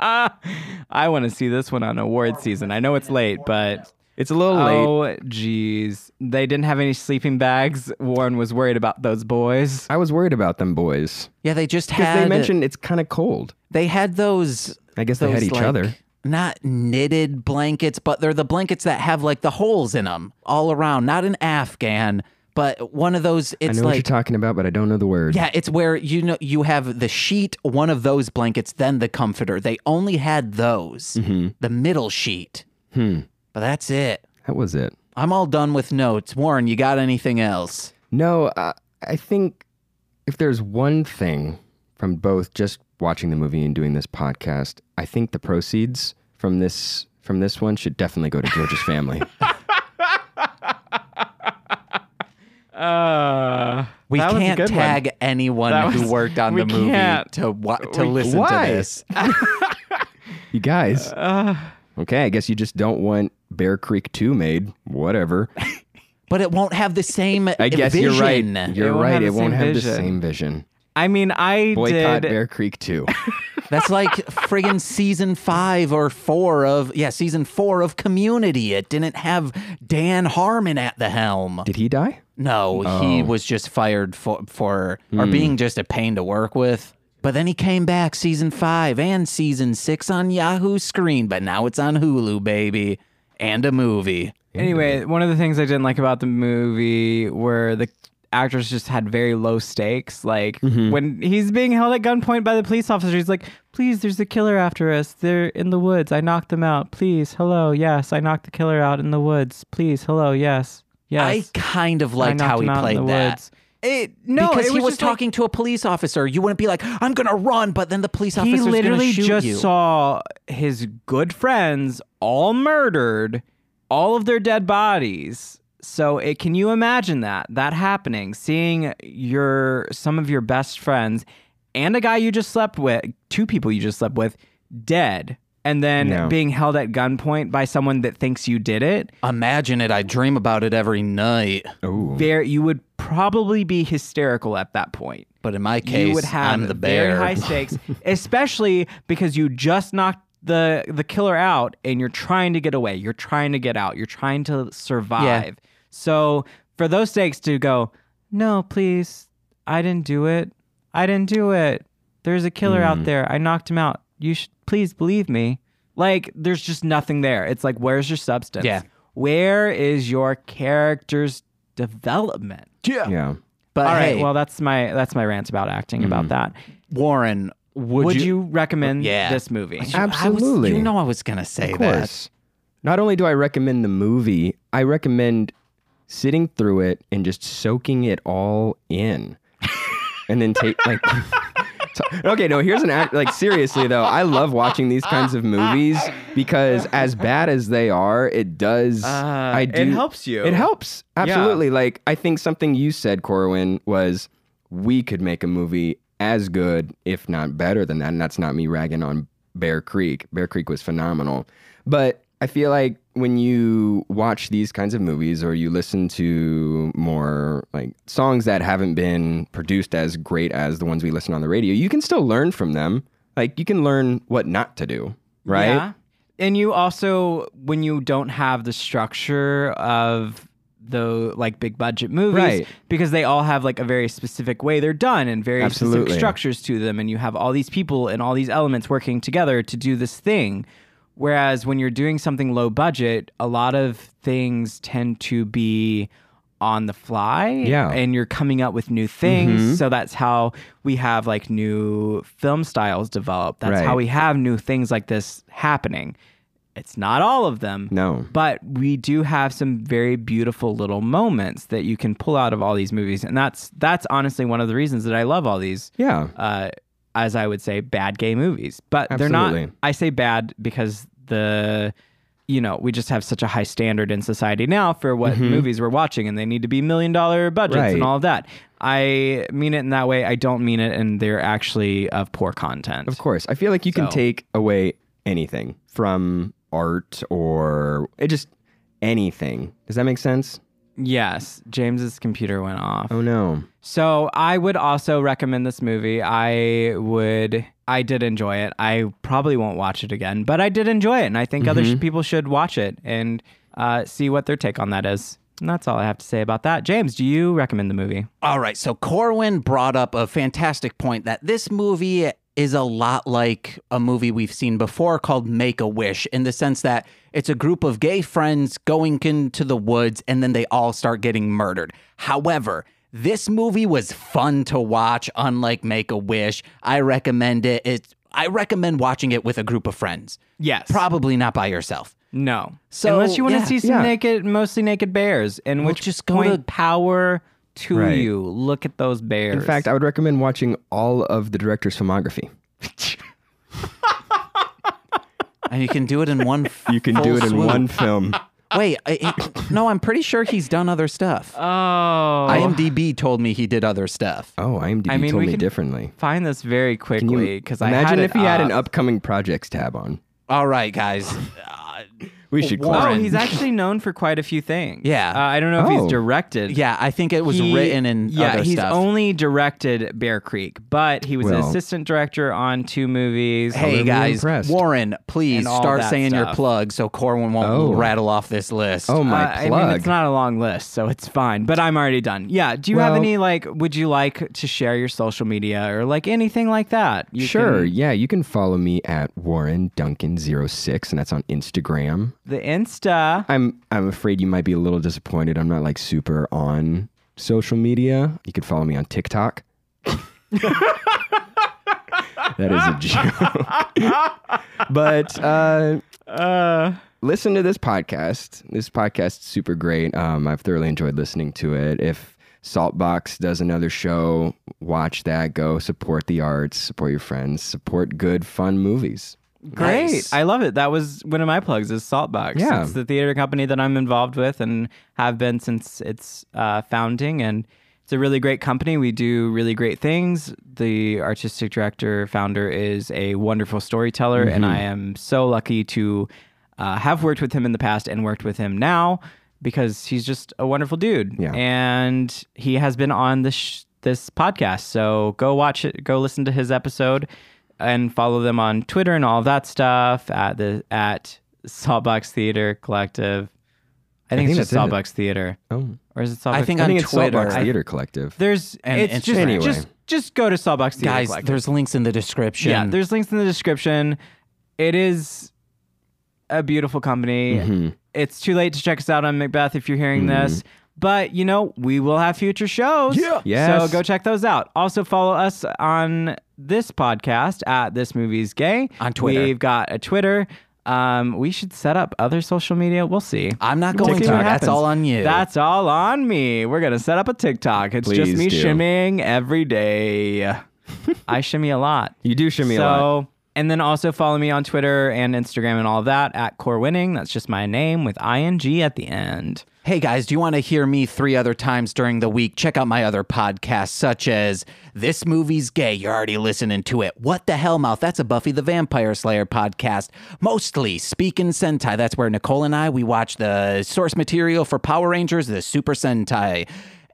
S2: I want to see this one on award season. I know it's late, but
S3: [laughs] It's a little late.
S2: Oh, jeez. They didn't have any sleeping bags. Warren was worried about those boys.
S3: I was worried about them boys
S1: Yeah, they just
S3: because
S1: had
S3: they mentioned it's kind of cold.
S1: they had those
S3: I guess they had
S1: those,
S3: each
S1: like,
S3: other.
S1: Not knitted blankets, but they're the blankets that have like the holes in them all around. Not an Afghan, but one of those.
S3: I
S1: It's
S3: know what you're
S1: like
S3: talking about, but I don't know the word.
S1: yeah, it's where you know you have the sheet, one of those blankets, then the comforter. They only had those,
S3: Mm-hmm.
S1: the middle sheet.
S3: Hmm.
S1: But that's it.
S3: That was it.
S1: I'm all done with notes. Warren, you got anything else?
S3: No, uh, I think if there's one thing from both just watching the movie and doing this podcast, I think the proceeds from this from this one should definitely go to George's family.
S2: [laughs] Uh,
S1: We
S2: that was a
S1: can't
S2: good one.
S1: tag anyone
S2: That
S1: who
S2: was-
S1: worked on
S2: we
S1: the movie
S2: can't.
S1: to wa- to listen
S3: why?
S1: to this.
S3: you guys.
S2: Uh.
S3: okay, I guess you just don't want Bear Creek 2 made.
S2: [laughs]
S3: Whatever.
S1: But it won't have the same
S3: I guess you're right. You're
S2: It won't
S3: right.
S2: have
S3: It
S2: the
S3: won't
S2: same
S3: have the
S2: vision.
S3: same vision.
S2: I mean, I
S3: Boycott
S2: did.
S3: Bear Creek
S2: [laughs]
S3: 2.
S1: [laughs] That's like friggin' season five or four of yeah, season four of Community. It didn't have Dan Harmon at the helm.
S3: Did he die?
S1: No,
S3: Oh.
S1: he was just fired for for
S3: Hmm.
S1: or being just a pain to work with. But then he came back season five and season six on Yahoo Screen, but now it's on Hulu, baby, and a movie.
S2: Anyway, one of the things I didn't like about the movie were the actors just had very low stakes. Like
S1: Mm-hmm.
S2: when he's being held at gunpoint by the police officer, he's like, "Please, there's a killer after us. They're in the woods. I knocked them out. Please, hello, yes, I knocked the killer out in the woods. Please, hello, yes, yes."
S1: I kind of
S2: I
S1: liked
S2: knocked
S1: how he
S2: him out in
S1: played
S2: the
S1: that.
S2: woods. It, no,
S1: because
S2: it
S1: he was
S2: just like-
S1: talking to a police officer. You wouldn't be like, "I'm gonna run," but then the police
S2: he
S1: officer's
S2: literally
S1: gonna shoot
S2: just
S1: you.
S2: saw his good friends all murdered, all of their dead bodies. So it, can you imagine that that happening? Seeing your some of your best friends and a guy you just slept with, two people you just slept with, dead, and then
S3: No.
S2: being held at gunpoint by someone that thinks you did it.
S1: Imagine it. I dream about it every night.
S3: Oh.
S2: There, you would probably be hysterical at that point.
S1: But in my case,
S2: you would have
S1: I'm the
S2: very
S1: bear. [laughs]
S2: high stakes, especially because you just knocked the the killer out and you're trying to get away. You're trying to get out. You're trying to survive. So for those stakes to go, no, please, I didn't do it. I didn't do it. There's a killer
S1: Hmm.
S2: out there. I knocked him out. You should please believe me. Like there's just nothing there. It's like where's your substance?
S1: Yeah.
S2: Where is your character's development?
S1: yeah.
S3: Yeah.
S1: But
S2: All right.
S1: hey,
S2: Well, that's my that's my rant about acting about that.
S1: Warren, would,
S2: Would you, recommend
S1: Yeah.
S2: this movie?
S1: I was-
S3: Absolutely.
S1: you know I was gonna say
S3: Of
S1: that.
S3: course. Not only do I recommend the movie, I recommend sitting through it and just soaking it all in. and then take like [laughs] So- okay, no, here's an act like seriously though, I love watching these kinds of movies because as bad as they are, it does
S1: Uh,
S3: I do
S2: you.
S3: Uh, It helps. Absolutely. Like I think something you said, Corwin, was we could make a movie as good, if not better than that. And that's not me ragging on Bear Creek. Bear Creek was phenomenal. But I feel like when you watch these kinds of movies or you listen to more like songs that haven't been produced as great as the ones we listen on the radio, you can still learn from them. Like you can learn what not to do, right?
S2: Yeah. And you also, when you don't have the structure of the like big budget movies,
S3: Right.
S2: because they all have like a very specific way they're done and very
S3: Absolutely.
S2: specific structures to them, and you have all these people and all these elements working together to do this thing. Whereas when you're doing something low budget, a lot of things tend to be on the fly.
S3: Yeah. Mm-hmm.
S2: And you're coming up with new things. So that's how we have like new film styles develop. That's
S3: Right.
S2: how we have new things like this happening. It's not all of them.
S3: No.
S2: But we do have some very beautiful little moments that you can pull out of all these movies. And that's that's honestly one of the reasons that I love all these
S3: Yeah.
S2: uh, as I would say, bad gay movies. But they're not.
S3: Absolutely.
S2: I say bad because the, you know, we just have such a high standard in society now for what movies we're watching, and they need to be million dollar budgets
S3: Mm-hmm. Right.
S2: and all of that. I mean it in that way. I don't mean it, and they're actually of poor content.
S3: Of course. I feel like you can
S2: So-
S3: take away anything from art or it just anything. Does that make sense?
S2: Yes, James's computer went off.
S3: Oh no.
S2: So I would also recommend this movie. I would. I did enjoy it. I probably won't watch it again, but I did enjoy it, and I think
S3: Mm-hmm.
S2: other sh- people should watch it and uh, see what their take on that is. And that's all I have to say about that. James, do you recommend the movie?
S1: All right. So Corwin brought up a fantastic point that this movie is a lot like a movie we've seen before called Make a Wish in the sense that it's a group of gay friends going into the woods and then they all start getting murdered. However, this movie was fun to watch, unlike Make a Wish. I recommend it. It's, I recommend watching it with a group of friends,
S2: Yes.
S1: probably not by yourself.
S2: no.
S1: So,
S2: unless you want to
S1: yeah,
S2: see some
S3: yeah.
S2: naked, mostly naked bears, in which
S1: just go
S2: point
S1: to-
S2: power to
S3: Right.
S2: you. Look at those bears.
S3: In fact, I would recommend watching all of the director's filmography.
S1: and you can do it in one.
S3: [laughs] You can
S1: full
S3: do it in
S1: swoop.
S2: [laughs]
S3: one film.
S1: Wait, I, I- no, I'm pretty sure he's done other stuff.
S2: Oh, I
S1: IMDb told me he did other stuff.
S3: Oh, IMDb
S2: I mean,
S3: told
S2: we
S3: me
S2: can-
S3: differently.
S2: find this very
S3: Can
S2: quickly
S3: you
S2: because I
S3: imagine
S2: had
S3: if he had an
S2: up.
S3: upcoming projects tab on?
S1: All right, guys. Uh,
S3: We should
S1: Warren.
S3: close.
S2: Oh, he's actually known for quite a few things.
S1: Yeah.
S2: Uh, I don't know if
S3: Oh.
S2: he's
S1: [sighs]
S2: directed.
S1: yeah, I think it was
S2: He-
S1: written in
S2: yeah,
S1: other
S2: he's
S1: stuff.
S2: only directed Bear Creek, but he was an
S3: Well.
S2: assistant director on two movies.
S1: Hey
S3: really
S1: guys,
S3: impressed.
S1: Warren, please
S2: And all
S1: start
S2: that
S1: saying your
S2: stuff.
S1: plug so Corwin won't
S3: Oh.
S1: rattle off this list.
S3: Oh
S2: Uh,
S3: my
S2: I
S3: plug.
S2: mean, it's not a long list, so it's fine. But I'm already done. Yeah. Do you have
S3: Well-
S2: any like? Would you like to share your social media or like anything like that? You
S3: sure.
S2: can-
S3: Yeah, you can follow me at Warren Duncan06, and that's on Instagram.
S2: the Insta.
S3: I'm I'm afraid you might be a little disappointed. I'm not like super on social media. You could follow me on TikTok. that is a joke. [laughs] but uh,
S2: Uh,
S3: listen to this podcast. This podcast's super great. Um, I've thoroughly enjoyed listening to it. If Saltbox does another show, watch that. Go support the arts, support your friends, support good, fun movies.
S2: Great.
S1: Nice.
S2: I love it. That was one of my plugs is Saltbox.
S3: Yeah.
S2: It's the theater company that I'm involved with and have been since its uh, founding. And it's a really great company. We do really great things. The artistic director, founder is a wonderful storyteller. And
S3: Mm-hmm.
S2: I am so lucky to uh, have worked with him in the past and worked with him now because he's just a wonderful dude.
S3: Yeah.
S2: And he has been on this, sh- this podcast. So go watch it, go listen to his episode and follow them on Twitter and all that stuff at the at Saltbox Theater Collective. I think,
S3: think
S2: it's just
S3: that's it.
S2: Saltbox Theater,
S3: Oh,
S2: or is it Saltbox?
S1: I think
S3: I
S1: on
S3: think it's
S1: Twitter.
S3: Saltbox
S1: I-
S3: Theater Collective.
S2: there's
S1: And
S2: it's
S1: it's-
S2: just
S3: Anyway.
S2: just just go to Saltbox Theater
S1: guys,
S2: Collective.
S1: there's links in the description.
S2: yeah, there's links in the description. It is a beautiful company.
S3: Mm-hmm.
S2: It's too late to check us out on Macbeth if you're hearing this. But you know, we will have future shows.
S1: Yeah.
S3: Yes.
S2: So go check those out. Also follow us on this podcast at This Movie's Gay.
S1: On Twitter.
S2: We've got a Twitter. Um, we should set up other social media. We'll see.
S1: I'm not
S2: We'll
S1: going
S2: see
S1: to.
S2: what
S1: That's
S2: happens.
S1: all on you.
S2: That's all on me. We're gonna set up a TikTok. It's just
S3: Please
S2: me
S3: do.
S2: shimmying every
S3: [laughs]
S2: day. I shimmy a lot.
S3: You do shimmy a lot.
S2: So, and then also follow me on Twitter and Instagram and all of that at Core Winning. That's just my name with ing at the end.
S1: Hey guys, do you want to hear me three other times during the week? Check out my other podcasts, such as This Movie's Gay. You're already listening to it. What the Hell Mouth? That's a Buffy the Vampire Slayer podcast. Mostly Speakin' Sentai. That's where Nicole and I we watch the source material for Power Rangers, the Super Sentai.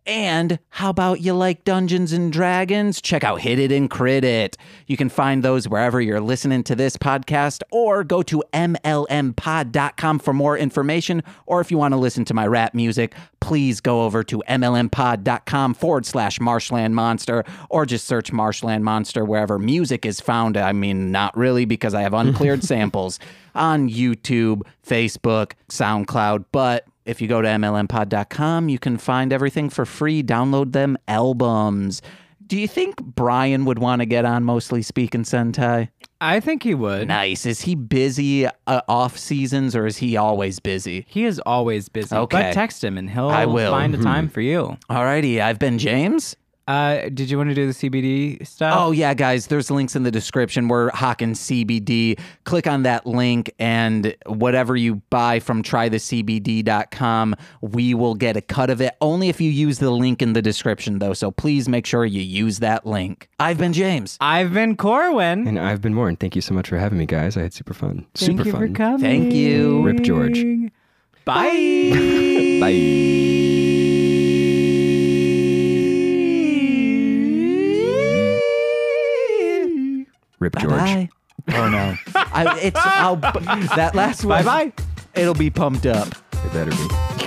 S1: And how about you like Dungeons and Dragons? Check out Hit It and Crit It. You can find those wherever you're listening to this podcast or go to MLMpod.com for more information. Or if you want to listen to my rap music, please go over to MLMpod.com forward slash Marshland Monster or just search Marshland Monster wherever music is found. I mean, not really because I have uncleared samples on YouTube, Facebook, SoundCloud, but if you go to mlmpod.com, you can find everything for free. Download them albums. Do you think Brian would want to get on Mostly Speaking Sentai?
S2: I think he would.
S1: Nice. Is he busy uh, off seasons or is he always busy?
S2: He is always busy.
S1: Okay.
S2: But text him and he'll
S1: I will. Hmm.
S2: find a time for you.
S1: Alrighty, I've been James.
S2: Uh, did you want to do the CBD stuff?
S1: Oh yeah, guys, there's links in the description. We're hawking CBD. Click on that link and whatever you buy from trythecbd.com, we will get a cut of it only if you use the link in the description though. So please make sure you use that link. I've been James.
S2: I've been Corwin.
S3: And I've been Warren. Thank you so much for having me, guys. I had super fun.
S2: Thank
S3: super
S2: you
S3: fun.
S2: for coming.
S1: Thank you.
S3: Rip George.
S2: Bye.
S3: Bye. Rip George.
S1: Bye. Oh no. I, it's I'll, that last one.
S2: Bye-bye.
S1: It'll be pumped up.
S3: It better be.